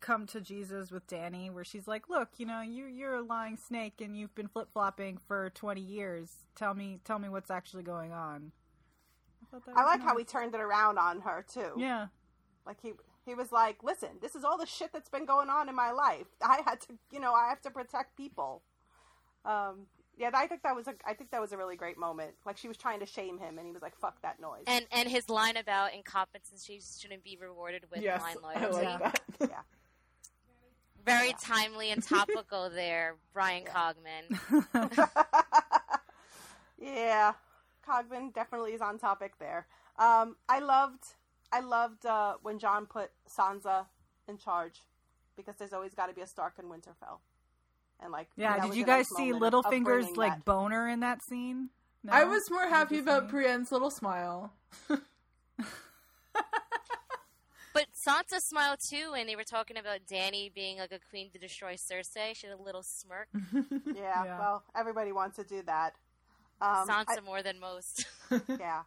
S5: come to Jesus with Danny, where she's like, "Look, you know, you you're a lying snake, and you've been flip flopping for twenty years. Tell me, tell me what's actually going on." I, thought that
S4: I
S5: was
S4: like how
S5: nice.
S4: he turned it around on her too.
S5: Yeah,
S4: Like he he was like, "Listen, this is all the shit that's been going on in my life. I had to, you know, I have to protect people." Um, yeah, I think that was a I think that was a really great moment. Like she was trying to shame him, and he was like, "Fuck that noise."
S6: And and his line about incompetence, she shouldn't be rewarded with
S2: yes,
S6: line
S2: I
S6: loyalty.
S2: like that.
S6: Very
S4: Yeah.
S6: timely and topical there, Brian Cogman.
S4: yeah, Cogman definitely is on topic there. Um, I loved, I loved uh, when John put Sansa in charge because there's always got to be a Stark in Winterfell, and like
S5: yeah.
S4: that
S5: Did
S4: was
S5: you
S4: a
S5: guys
S4: nice
S5: see
S4: moment of- of
S5: Littlefinger's
S4: bringing
S5: like
S4: that.
S5: boner in that scene? No?
S2: I was more happy
S5: just
S2: about
S5: me?
S2: Brienne's little smile.
S6: But Sansa smiled too, and they were talking about Danny being like a queen to destroy Cersei. She had a little smirk.
S4: yeah,
S5: Yeah.
S4: Well, everybody wants to do that. Um, I-
S6: Sansa more than most.
S4: yeah.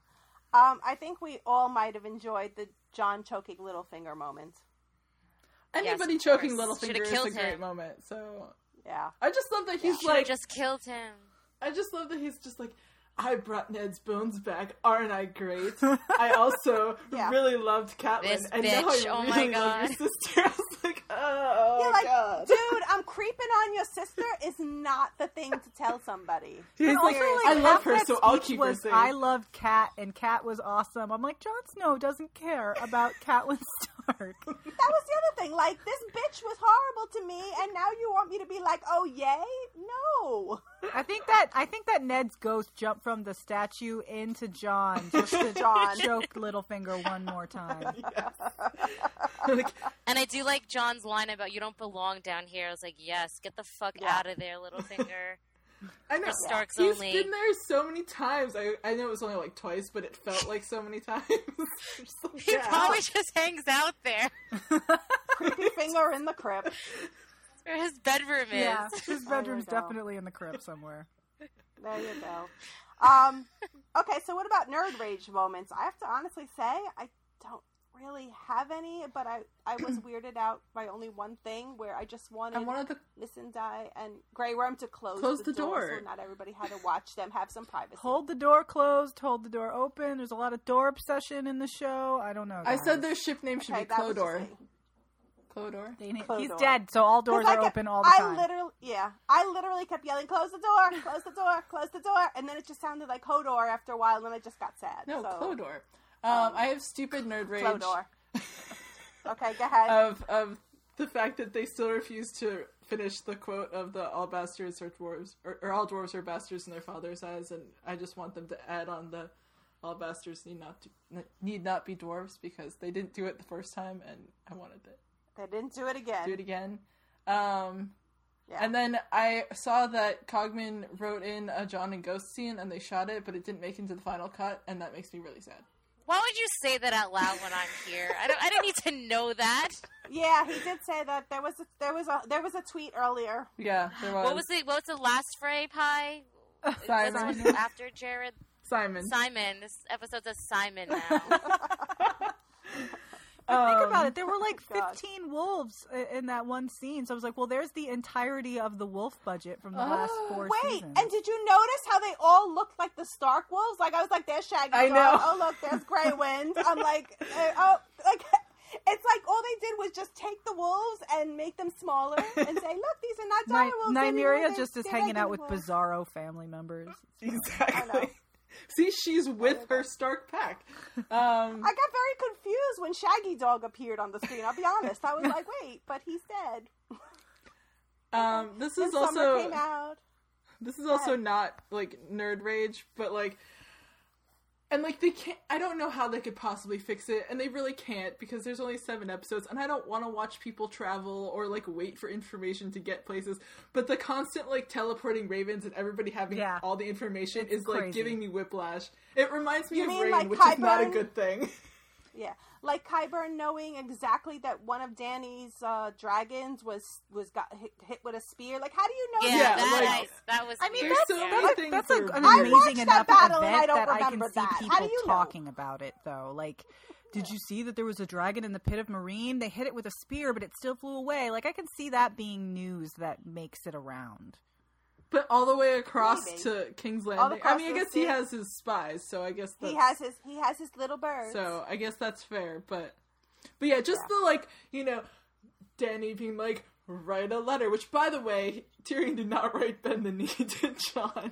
S4: Um, I think we all might have enjoyed the John choking Littlefinger moment.
S2: Anybody
S6: of
S2: choking
S6: course.
S2: Littlefinger
S6: Shoulda
S2: is
S6: killed
S2: a great
S6: him.
S2: moment. So
S4: Yeah.
S2: I just love that he's
S6: Should
S2: like,
S6: have just killed him.
S2: I just love that he's just like, I brought Ned's bones back. Aren't I great? I also
S4: Yeah.
S2: really loved Catelyn,
S6: This
S2: and now I
S6: bitch, oh my
S2: really love
S6: God.
S2: your sister. I was like, oh,
S4: You're like,
S2: god.
S4: dude, I'm creeping on your sister is not the thing to tell somebody.
S2: He's
S5: But
S2: like,
S5: also,
S2: I
S5: like,
S2: love
S5: half
S2: her,
S5: that
S2: so I'll
S5: speech
S2: keep her
S5: was,
S2: safe.
S5: I loved Cat, and Cat was awesome. I'm like, Jon Snow doesn't care about Catelyn Stark.
S4: That was the other thing. Like, this bitch was horrible to me, and now you want me to be like, oh, yay? No.
S5: I think that I think that Ned's ghost jumped from the statue into John just to
S4: John.
S5: choke Littlefinger one more time.
S2: Like,
S6: And I do like John's line about you don't belong down here. I was like, yes, get the fuck out of there, Littlefinger.
S2: I know.
S6: For Starks
S2: He's
S6: only.
S2: been there so many times. I I know it was only like twice, but it felt like so many times. Just like,
S6: He
S2: yeah.
S6: probably just hangs out there
S4: Creepy finger in the crypt.
S6: where his bedroom is.
S5: Yeah, his
S4: my
S5: bedroom's
S4: God.
S5: definitely in the crib somewhere.
S4: There you go. Um, okay, so what about nerd rage moments? I have to honestly say I don't really have any, but I, I was weirded out by only one thing where I just wanted
S3: And one of the
S4: Miss and Die and Grey Worm to close,
S3: Close the door.
S4: so not everybody had to watch them have some privacy.
S5: Hold the door closed, hold the door open. There's a lot of door obsession in the show. I don't know.
S3: I said
S5: guys.
S3: their ship name should
S4: Okay,
S3: be
S4: that was just
S3: Clodor.
S4: me.
S3: Clodor.
S5: They na-
S4: Close
S5: he's
S4: door.
S5: dead, so all doors
S4: Because
S5: are
S4: I kept-
S5: open all the time.
S4: I literally, yeah, I literally kept yelling, "Close the door! Close the door! Close the door!" And then it just sounded like Hodor after a while, and then I just got sad.
S3: No,
S4: so,
S3: Clodor. Um, I have stupid nerd rage
S4: Clodor. okay, go ahead.
S3: Uh,
S2: of of the fact that they still refuse to finish the quote of the all bastards are dwarves or, or all dwarves are bastards in their father's eyes, and I just want them to add on the all bastards need not to, need not be dwarves because they didn't do it the first time, and I wanted to
S4: they didn't do it again.
S2: do it again. Um,
S4: Yeah.
S2: And then I saw that Cogman wrote in a John and Ghost scene, and they shot it, but it didn't make into the final cut, and that makes me really sad.
S6: Why would you say that out loud when I'm here? I don't. I don't need to know that.
S4: Yeah, he did say that there was a, there was a there was a tweet earlier.
S2: Yeah, there was,
S6: What was the What was the last frame? Hi.
S2: Simon.
S6: What's after Jared
S2: Simon.
S6: Simon. This episode's a Simon now.
S5: But think
S2: Um,
S5: about it. There were like
S4: God.
S5: 15 wolves i- in that one scene. So I was like, well, there's the entirety of the wolf budget from the last four
S4: Wait,
S5: seasons.
S4: and did you notice how they all looked like the Stark wolves? Like I was like, there's Shaggy.
S2: I
S4: Dog.
S2: know.
S4: Oh look, there's Grey Wind. I'm like, eh, oh, like it's like all they did was just take the wolves and make them smaller and say, look, these are not
S5: Ni-
S4: giant wolves. anymore.
S5: Nymeria
S4: They're-
S5: just is
S4: they're
S5: hanging out with
S4: regular wolves."
S5: Bizarro family members.
S4: I know.
S2: Exactly. See, she's with her Stark pack. Um,
S4: I got very confused when Shaggy Dog appeared on the screen. I'll be honest. I was like, wait, but he's dead.
S2: um, this
S4: Then
S2: is
S4: Summer
S2: also
S4: came out.
S2: this is also not like nerd rage, but like, and like they can't. I don't know how they could possibly fix it, and they really can't because there's only seven episodes, and I don't want to watch people travel or like wait for information to get places. But the constant like teleporting ravens and everybody having
S5: Yeah.
S2: all the information is like
S5: crazy.
S2: giving me whiplash. It reminds me
S4: You
S2: of
S4: mean,
S2: rain,
S4: like,
S2: which is not a
S4: Kyburn?
S2: good thing.
S4: Yeah, like Kyburn knowing exactly that one of Danny's uh, dragons was was got hit, hit with a spear. Like, how do you know?
S6: Yeah,
S2: Yeah,
S6: that,
S2: like-
S6: I- that was. I
S5: mean,
S2: There's
S5: that's-
S2: so
S6: yeah.
S2: many things
S5: That's
S2: that
S5: like
S2: are
S5: an
S2: weird.
S4: I watched
S5: amazing
S4: that
S5: enough
S4: battle and
S5: event
S4: I don't
S5: that I can
S4: remember
S5: see
S4: that. How
S5: people
S4: do you know?
S5: talking about it, though. Like, did you see that there was a dragon in the pit of Marine? They hit it with a spear, but it still flew away. Like, I can see that being news that makes it around.
S2: But all the way across
S4: Maybe.
S2: to King's
S4: All
S2: Landing. I
S4: across
S2: mean, I
S4: the
S2: guess he
S4: sea.
S2: has his spies, so I guess that's,
S4: He has his he has his little birds.
S2: so I guess that's fair. But but yeah, just the like you know, Danny being like write a letter, which by the way, Tyrion did not write bend the knee to John.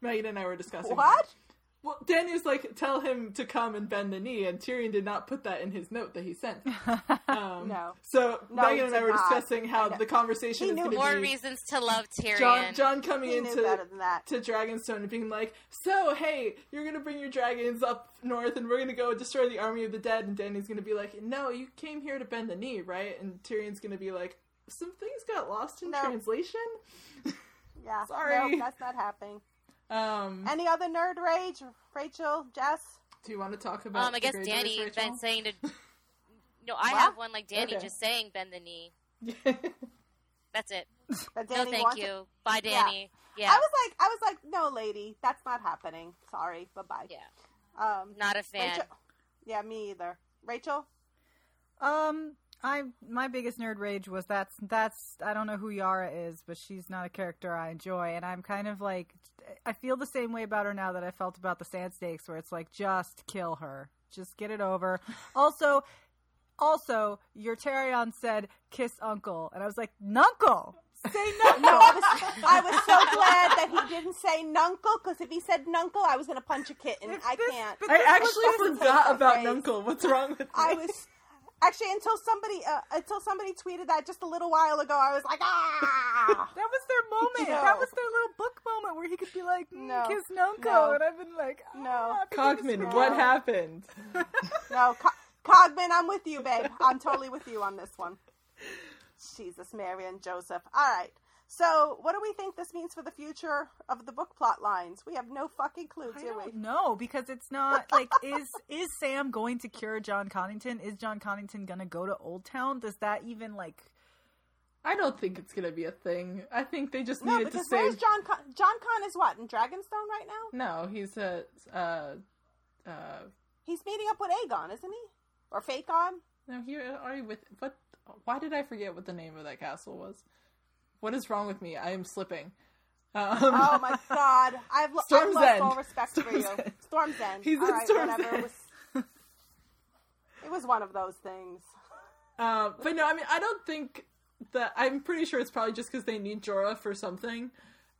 S2: Megan and I were discussing
S4: what?
S2: Well, Danny was like, tell him to come and bend the knee, and Tyrion did not put that in his note that he sent. Um,
S4: No.
S2: So
S4: No, he
S2: Megan and I
S4: did
S2: were
S4: not.
S2: discussing how the conversation
S4: He
S2: is
S4: knew
S2: going
S4: more
S2: to
S6: More
S2: be
S6: reasons to love Tyrion.
S2: John, John coming
S4: He knew
S2: into
S4: better than that.
S2: to Dragonstone and being like, "So, hey, you're gonna bring your dragons up north, and we're gonna go destroy the army of the dead." And Danny's gonna be like, "No, you came here to bend the knee, right?" And Tyrion's gonna be like, "Some things got lost in
S4: No.
S2: translation."
S4: Yeah.
S2: Sorry.
S4: Nope, that's not happening.
S2: Um,
S4: Any other nerd rage? Rachel, Jess?
S2: do you want to talk about?
S6: um, I
S2: the
S6: guess
S2: Greyjoys,
S6: Danny
S2: Rachel?
S6: been saying to. No, I
S4: What?
S6: have one like Danny
S2: Okay.
S6: just saying bend the knee. That's it.
S4: That
S6: no,
S4: Danny
S6: thank
S4: wants-
S6: you. Bye,
S4: Yeah.
S6: Danny. Yeah,
S4: I was like I was like, no lady, that's not happening. Sorry. Bye bye.
S6: Yeah.
S4: Um
S6: not a fan.
S4: Rachel Yeah, me either. Rachel?
S5: Um, I my biggest nerd rage was that's that's I don't know who Yara is, but she's not a character I enjoy, and I'm kind of like I feel the same way about her now that I felt about the Sand Snakes, where it's like just kill her, just get it over. Also. Also, your Tarion said kiss uncle, and I was like, "Nuncle, say
S4: No,
S5: nuncle."
S4: I was, I was so glad that he didn't say nuncle because if he said nuncle, I was gonna punch a kitten. I can't.
S5: but
S2: I
S4: Let's
S2: actually
S4: just
S2: forgot
S4: take
S2: about
S4: that
S2: Nuncle. What's wrong with me?
S4: I was actually until somebody uh, until somebody tweeted that just a little while ago. I was like, ah,
S5: That was their moment.
S4: No.
S5: That was their little book moment where he could be like, mm,
S4: No.
S5: "Kiss nuncle,"
S4: No.
S5: and I've been like,
S4: No.
S5: "Ah, I think he was
S2: Cogman,
S5: right."
S2: what happened?
S4: no, Co- Cogman, I'm with you, babe. I'm totally with you on this one. Jesus, Mary and Joseph. All right. So, what do we think this means for the future of the book plot lines? We have no fucking clue,
S5: I
S4: do we?
S5: don't know because it's not like is is Sam going to cure John Connington? Is John Connington going to go to Old Town? Does that even like
S2: I don't think it's gonna be a thing. I think they just
S4: No,
S2: needed to
S4: because
S2: save.
S4: where's John Con? John Con is what in Dragonstone right now?
S2: No, he's a uh, uh,
S4: He's meeting up with Aegon, isn't he? Or Fakon?
S2: No, he already with. What? Why did I forget what the name of that castle was? What is wrong with me? I am slipping. Um,
S4: Oh my god, I've, lo- I've
S2: Storm's
S4: lost
S2: End.
S4: all respect for
S2: Storm's
S4: you.
S2: End.
S4: Storm's End.
S2: He's in
S4: All right,
S2: Storm's
S4: whatever. It
S2: End.
S4: was, it was one of those things.
S2: Uh, but no, I mean, I don't think that. I'm pretty sure it's probably just because they need Jorah for something,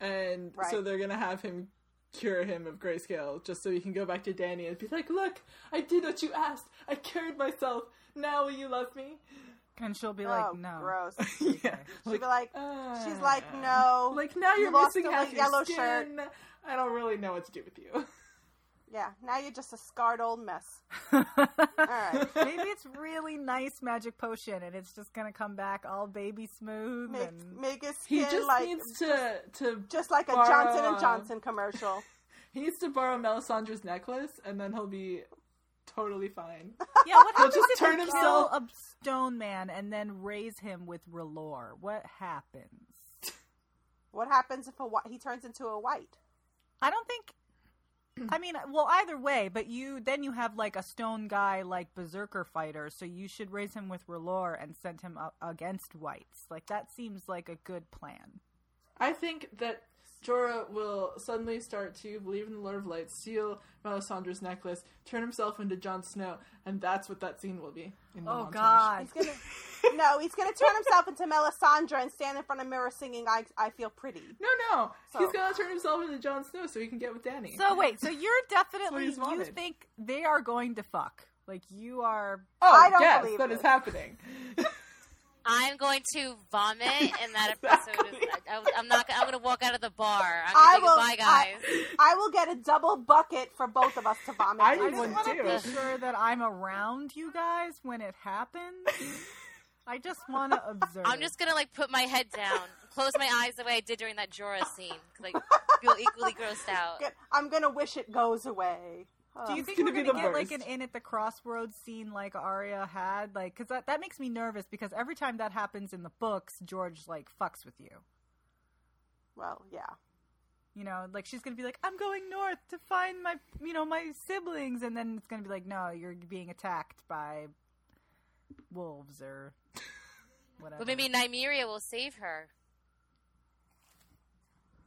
S2: and so
S4: Right.
S2: they're gonna have him cure him of grayscale just so he can go back to Danny and be like, "Look, I did what you asked. I cured myself. Now will you love me?"
S5: and she'll be like
S4: oh,
S5: no.
S4: gross.
S2: yeah.
S4: She'd be like,
S2: uh,
S4: she's like, no.
S2: Like now
S4: you
S2: you're
S4: lost
S2: missing
S4: all
S2: half
S4: that
S2: your
S4: yellow shirt."
S2: skin. I don't really know what to do with you.
S4: Yeah, now you're just a scarred old mess. All right.
S5: Maybe it's really nice magic potion and it's just going to come back all baby smooth
S4: Make,
S5: and
S4: make his
S2: He
S4: skin
S2: just
S4: like
S2: needs to to
S4: just like a
S2: borrow,
S4: Johnson and
S2: uh,
S4: Johnson commercial.
S2: He needs to borrow Melisandra's necklace, and then he'll be totally fine.
S5: Yeah, what
S2: He'll
S5: happens
S2: just
S5: if you
S2: turn
S5: kill
S2: himself-
S5: a stone man and then raise him with relore? What happens?
S4: What happens if a whi- he turns into a white?
S5: I don't think. I mean, well, either way, but you then you have like a stone guy, like berserker fighter, so you should raise him with relore and send him up against whites. Like that seems like a good plan.
S2: I think that Jorah will suddenly start to believe in the Lord of Light, steal Melisandra's necklace, turn himself into Jon Snow, and that's what that scene will be. In the
S4: Oh,
S2: montage.
S4: He's gonna no, he's gonna turn himself into Melisandre and stand in front of a mirror singing "I I feel pretty."
S2: No, no, he's
S4: So-
S2: gonna turn himself into Jon Snow so he can get with Danny.
S5: So wait, so you're
S2: what
S5: definitely
S2: he's
S5: you
S2: wanted.
S5: think they are going to fuck? Like you are?
S2: oh,
S4: I don't
S2: yes,
S4: believe
S2: that
S4: this.
S2: is happening.
S6: I'm going to vomit, and that episode is. I, I'm not. I'm going to walk out of the bar. I'm
S4: I
S6: going to
S4: will-
S6: goodbye, guys.
S4: I will get a double bucket for both of us to vomit.
S2: I
S5: I
S2: need
S4: into.
S5: just
S2: one
S5: want to
S2: too.
S5: be sure that I'm around you guys when it happens. I just want to observe.
S6: I'm just going to like put my head down, close my eyes the way I did during that Jorah scene, 'cause, like feel equally grossed out.
S4: Good. I'm gonna wish it goes away. Um,
S5: Do
S4: Ugh.
S5: you think
S2: gonna
S5: we're
S2: be
S5: gonna
S2: the
S5: get like an
S2: worst.
S5: in at the crossroads scene like Arya had? Like, because that, that makes me nervous because every time that happens in the books, George like fucks with you.
S4: well, yeah.
S5: You know, like she's gonna be like, "I'm going north to find my, you know, my siblings," and then it's gonna be like, "No, you're being attacked by wolves or whatever."
S6: But maybe Nymeria will save her.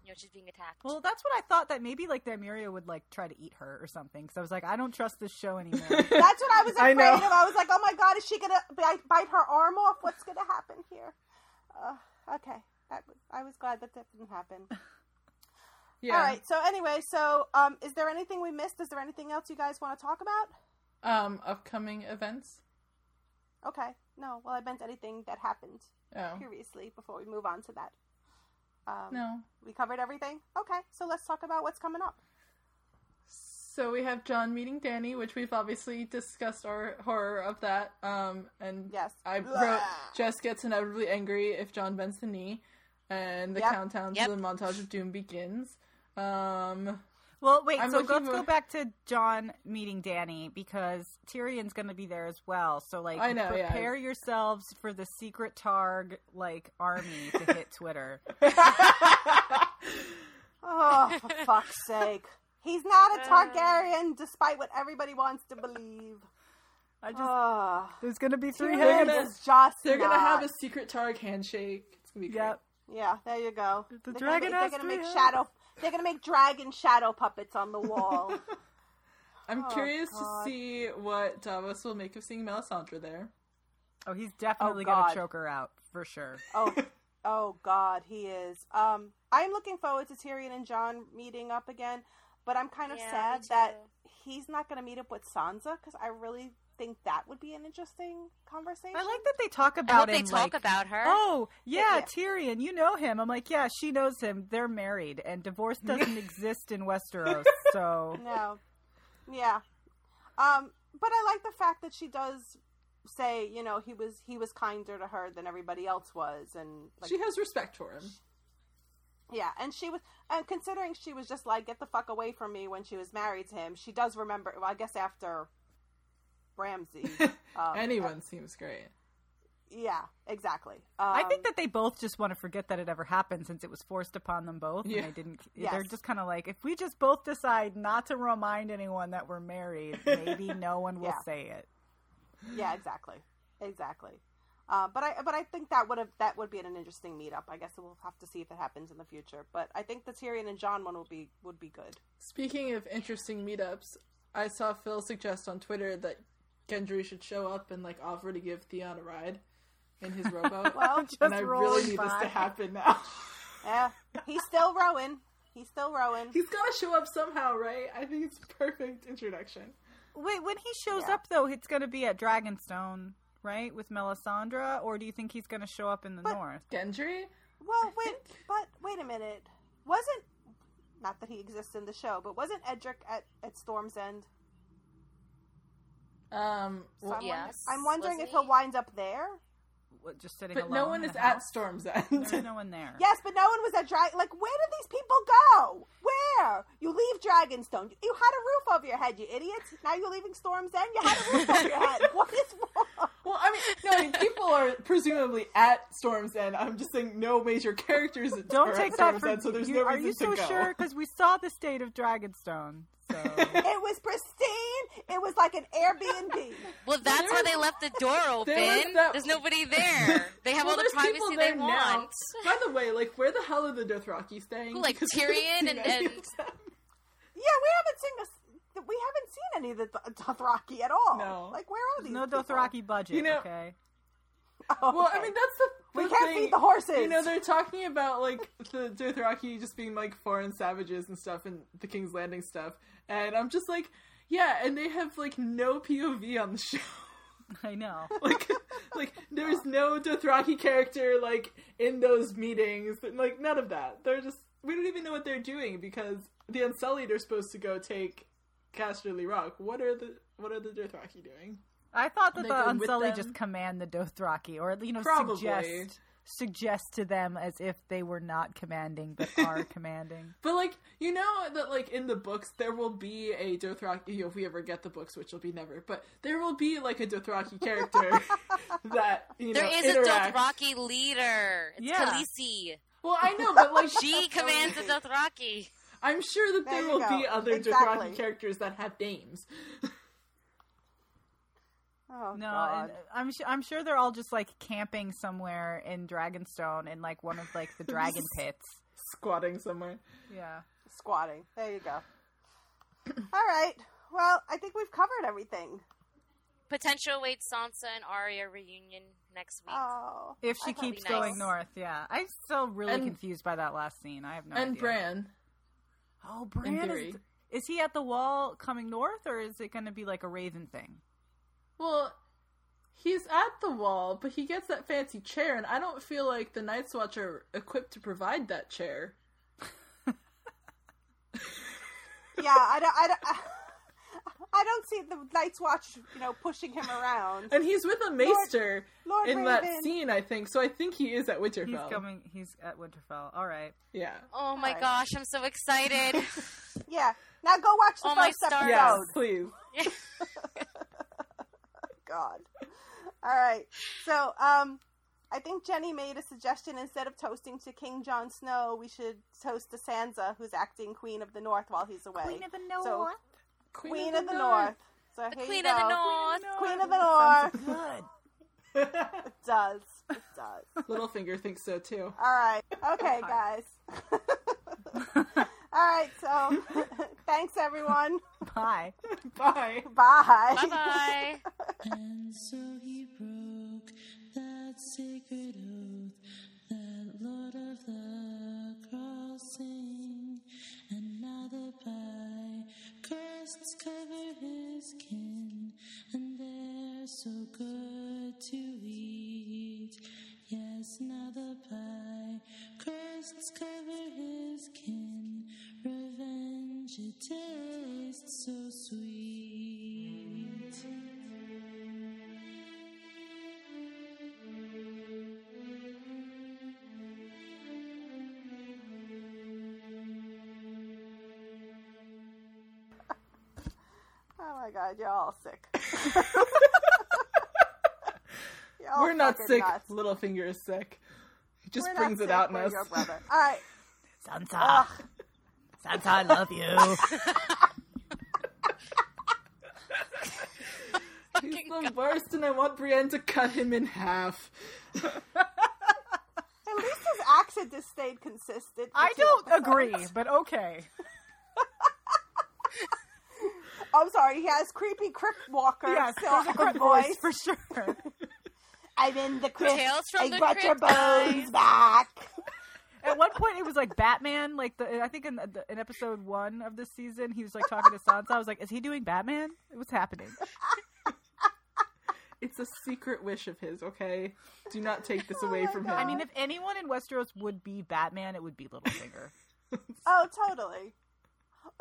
S6: You know, she's being attacked.
S5: Well, that's what I thought. That maybe like Nymeria would like try to eat her or something. Because I was like, I don't trust this show anymore.
S4: That's what I was
S2: I
S4: afraid
S2: know.
S4: of. I was like, oh my god, is she gonna bite, bite her arm off? What's gonna happen here? Uh, okay, that, I was glad that that didn't happen.
S2: yeah.
S4: All right. So anyway, so um, is there anything we missed? Is there anything else you guys want to talk about?
S2: Um, upcoming events.
S4: Okay. No. Well, I meant anything that happened
S2: Oh
S4: previously before we move on to that. Um,
S2: no.
S4: We covered everything. Okay. So let's talk about what's coming up.
S2: So we have John meeting Danny, which we've obviously discussed our horror of that. Um, and
S4: Yes.
S2: I
S4: Blah.
S2: wrote Jess gets inevitably angry if John bends the knee, and the
S4: Yep.
S2: countdown
S6: Yep.
S2: to the montage of doom begins. Um,
S5: Well, wait.
S2: I'm
S5: so
S2: looking
S5: let's
S2: for-
S5: go back to John meeting Danny because Tyrion's going to be there as well. So, like,
S2: I know, yeah.
S5: prepare yourselves for the secret Targ like army to hit Twitter.
S4: Oh, for fuck's sake! He's
S5: Uh,
S4: not a Targaryen, despite what everybody wants to believe.
S5: I just
S4: Oh,
S5: there's going to be three
S4: Tyrion
S5: heads.
S2: gonna-
S4: is just.
S2: they're gonna have
S4: not.
S2: a secret Targ handshake. It's gonna be great.
S5: Yep.
S4: Yeah, there you go.
S5: The
S4: they're
S5: dragon
S4: gonna,
S5: has
S4: they're gonna
S5: three
S4: make
S5: heads.
S4: shadow. They're gonna make dragon shadow puppets on the wall.
S2: I'm
S4: Oh,
S2: curious to
S4: God.
S2: see what Davos will make of seeing Melisandre there.
S5: Oh, he's definitely
S4: Oh,
S5: going
S4: God.
S5: to choke her out for sure.
S4: oh, oh God, he is. Um, I'm looking forward to Tyrion and John meeting up again, but I'm kind of
S6: Yeah, me
S4: sad that
S6: too.
S4: he's not gonna meet up with Sansa because I really think that would be an interesting conversation.
S5: I like that they talk
S6: I hope
S5: about
S6: they
S5: him,
S6: talk
S5: like,
S6: about her.
S5: Oh, yeah,
S4: Yeah.
S5: Tyrion, you know him. I'm like, yeah, she knows him. They're married, and divorce doesn't exist in Westeros. So
S4: No. Yeah. Um, but I like the fact that she does say, you know, he was he was kinder to her than everybody else was and like
S2: she has respect for him.
S4: Yeah, and she was, and considering she was just like, get the fuck away from me when she was married to him, she does remember, well, I guess after Ramsey. um,
S2: Anyone seems great.
S4: Yeah, exactly. Um,
S5: I think that they both just want to forget that it ever happened since it was forced upon them both.
S2: Yeah.
S5: And they didn't.
S4: Yes.
S5: They're just kind of like, if we just both decide not to remind anyone that we're married, maybe no one will
S4: Yeah.
S5: say it.
S4: yeah, exactly, exactly. Uh, but I, but I think that would have that would be an interesting meetup. I guess we'll have to see if it happens in the future. But I think the Tyrion and John one would be would be good.
S2: Speaking of interesting meetups, I saw Phil suggest on Twitter that Gendry should show up and like offer to give Theon a ride in his rowboat.
S4: Well,
S2: and
S5: just
S2: I
S5: rolling
S2: really need this
S5: by.
S2: to happen now.
S4: yeah, Eh, he's still rowing. He's still rowing.
S2: He's gotta show up somehow, right? I think it's a perfect introduction.
S5: Wait, when he shows
S4: Yeah.
S5: up though, it's going to be at Dragonstone, right, with Melisandre, or do you think he's going to show up in the
S4: But-
S5: north?
S2: Gendry?
S4: Well, wait, but wait a minute. Wasn't not that he exists in the show, but wasn't Edric at at Storm's End?
S2: Um
S4: So I'm, wondering-
S6: Yes.
S4: I'm wondering
S6: Wasn't
S4: if he'll
S6: he?
S4: wind up there.
S5: What, Just sitting
S2: but
S5: alone.
S2: no one
S5: in
S2: is
S5: the
S2: at
S5: house?
S2: Storm's End.
S5: There's no one there.
S4: Yes, but no one was at Dragon. Like, where did these people go? Where you leave Dragonstone? You had a roof over your head, you idiots. Now you're leaving Storm's End. You had a roof over your head. What is wrong?
S2: Well, I mean, no, I mean, people are presumably at Storm's End. I'm just saying no major characters at-
S5: Don't
S2: are
S5: take
S2: at
S5: that
S2: Storm's
S5: for
S2: End, so there's
S5: you,
S2: no
S5: Are
S2: reason
S5: you so
S2: to go.
S5: sure? Because we saw the state of Dragonstone. So
S4: It was pristine. It was like an Airbnb.
S6: Well, that's why they left the door open.
S2: was that-
S6: There's nobody there. They have
S2: Well,
S6: all the
S2: there's people
S6: privacy they
S2: there now.
S6: want.
S2: By the way, like, where the hell are the Dothraki staying?
S6: Who, like,
S2: Because we haven't
S6: Tyrion
S2: seen
S6: and-
S2: any
S6: and-
S2: of them.
S4: Yeah, we haven't seen this. We haven't seen any of the Th- Dothraki at all.
S2: No.
S4: Like, where are these?
S5: no
S4: people?
S5: Dothraki budget.
S2: You know-
S5: okay.
S4: Oh,
S2: Well, I
S4: okay.
S2: mean, that's the,
S4: we
S2: the
S4: can't
S2: thing.
S4: feed the horses.
S2: You know, they're talking about like the Dothraki just being like foreign savages and stuff, and the King's Landing stuff, and I'm just like, yeah, and they have like no POV on the show.
S5: I know.
S2: like like there's no Dothraki character like in those meetings. Like none of that. They're just we don't even know what they're doing because the Unsullied are supposed to go take Casterly Rock. What are the what are the Dothraki doing?
S5: I thought that
S2: They
S5: the
S2: go with them?
S5: Unsullied just command the Dothraki, or you know,
S2: Probably.
S5: suggest suggest to them as if they were not commanding but are commanding.
S2: But like you know that like in the books there will be a Dothraki you know, if we ever get the books, which will be never. But there will be like a Dothraki character that you know
S6: There is
S2: interacts.
S6: a Dothraki leader. It's
S5: Yeah.
S6: Khaleesi.
S2: Well, I know, but like
S6: She commands the Dothraki.
S2: I'm sure that there,
S4: There you
S2: will
S4: go.
S2: be other
S4: Exactly.
S2: Dothraki characters that have names.
S4: Oh,
S5: No,
S4: God.
S5: and uh, I'm su- I'm sure they're all just like camping somewhere in Dragonstone in like one of like the dragon pits.
S2: squatting somewhere.
S5: Yeah.
S4: squatting. There you go. All right. Well, I think we've covered everything.
S6: Potential awaits Sansa and Arya reunion next week.
S4: Oh,
S5: If she
S4: I thought-
S5: keeps
S6: nice.
S5: going north, yeah. I'm still really
S2: And-
S5: confused by that last scene. I have no
S2: and
S5: idea.
S2: Bran.
S5: Oh, Bran is,
S2: Gary.
S5: is he at the wall coming north, or is it going to be like a Raven thing?
S2: Well, he's at the wall, but he gets that fancy chair, and I don't feel like the Night's Watch are equipped to provide that chair.
S4: yeah. I don't. I don't. I, I don't see the Night's Watch, you know, pushing him around.
S2: And he's with a maester
S4: Lord
S2: in
S4: Raven.
S2: that scene, I think. So I think he is at Winterfell.
S5: He's coming. He's at Winterfell. All right.
S2: Yeah.
S6: Oh my
S4: Alright.
S6: gosh, I'm so excited.
S4: Yeah. Now go watch the
S6: Oh, my
S4: first
S6: stars.
S4: episode.
S2: Yes, please.
S4: God. All right. So, um, I think Jenny made a suggestion instead of toasting to King Jon Snow, we should toast to Sansa, who's acting Queen of the North while he's away.
S5: Queen of the North.
S4: So, Queen of the North. So
S6: the
S4: here
S6: Queen
S4: you
S6: of
S4: go.
S6: the North.
S4: Queen of the
S5: Sounds
S4: North.
S5: Good.
S4: It does. It does.
S2: Littlefinger thinks so too.
S4: All right. Okay, guys. All right. So, thanks everyone.
S5: Bye.
S2: Bye.
S4: Bye.
S6: Bye bye.
S7: And so he broke that sacred oath, that Lord of the Crossing. And now the pie crests cover his kin, and they're so good to eat. Yes, now the pie crests cover his kin, revenge it tastes so sweet.
S4: Oh my god, you're all sick. You're all
S2: We're not
S4: fucking
S2: sick.
S4: nuts.
S2: Littlefinger is sick. He just
S4: We're not
S2: brings it
S4: sick,
S2: out in
S4: we're
S2: us.
S4: your brother. All right.
S5: Sansa. Sansa, I love you.
S2: He's the worst, and I want Brienne to cut him in half.
S4: At least his accent has stayed consistent. for
S5: I
S4: two
S5: don't
S4: episodes.
S5: agree, but okay.
S4: I'm sorry. He has creepy crypt walker
S5: Yes,
S4: still
S5: there's a
S4: good
S5: good
S4: voice.
S5: voice for sure.
S4: I'm in the crypt.
S6: Tales from
S4: I
S6: the
S4: brought your
S6: crypt, guys.
S4: bones back.
S5: At one point, it was like Batman. Like the I think in, the, in episode one of this season, he was like talking to Sansa. I was like, "Is he doing Batman? What's happening?"
S2: It's a secret wish of his. Okay, do not take
S4: Oh
S2: this away from him.
S5: I mean, if anyone in Westeros would be Batman, it would be Littlefinger.
S4: Oh, totally.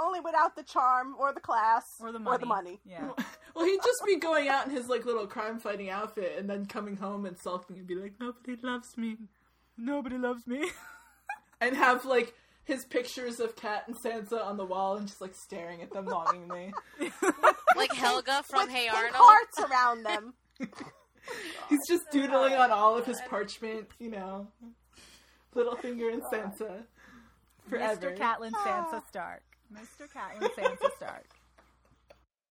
S4: Only without the charm or the class
S5: Or the money.
S4: Or the money.
S5: Yeah.
S2: Well, he'd just be going out in his like little crime fighting outfit, and then coming home and sulking and be like, "Nobody loves me,"
S5: Nobody loves me.
S2: and have like his pictures of Kat and Sansa on the wall, and just like staring at them longingly.
S6: like Helga from Hey
S4: Pink
S6: Arnold.
S4: hearts around them.
S2: He's just doodling on all of his parchment, you know, Littlefinger and Sansa. Forever.
S5: Ah. Mr. Catelyn Sansa Stark. Mr. Catelyn Sansa Stark.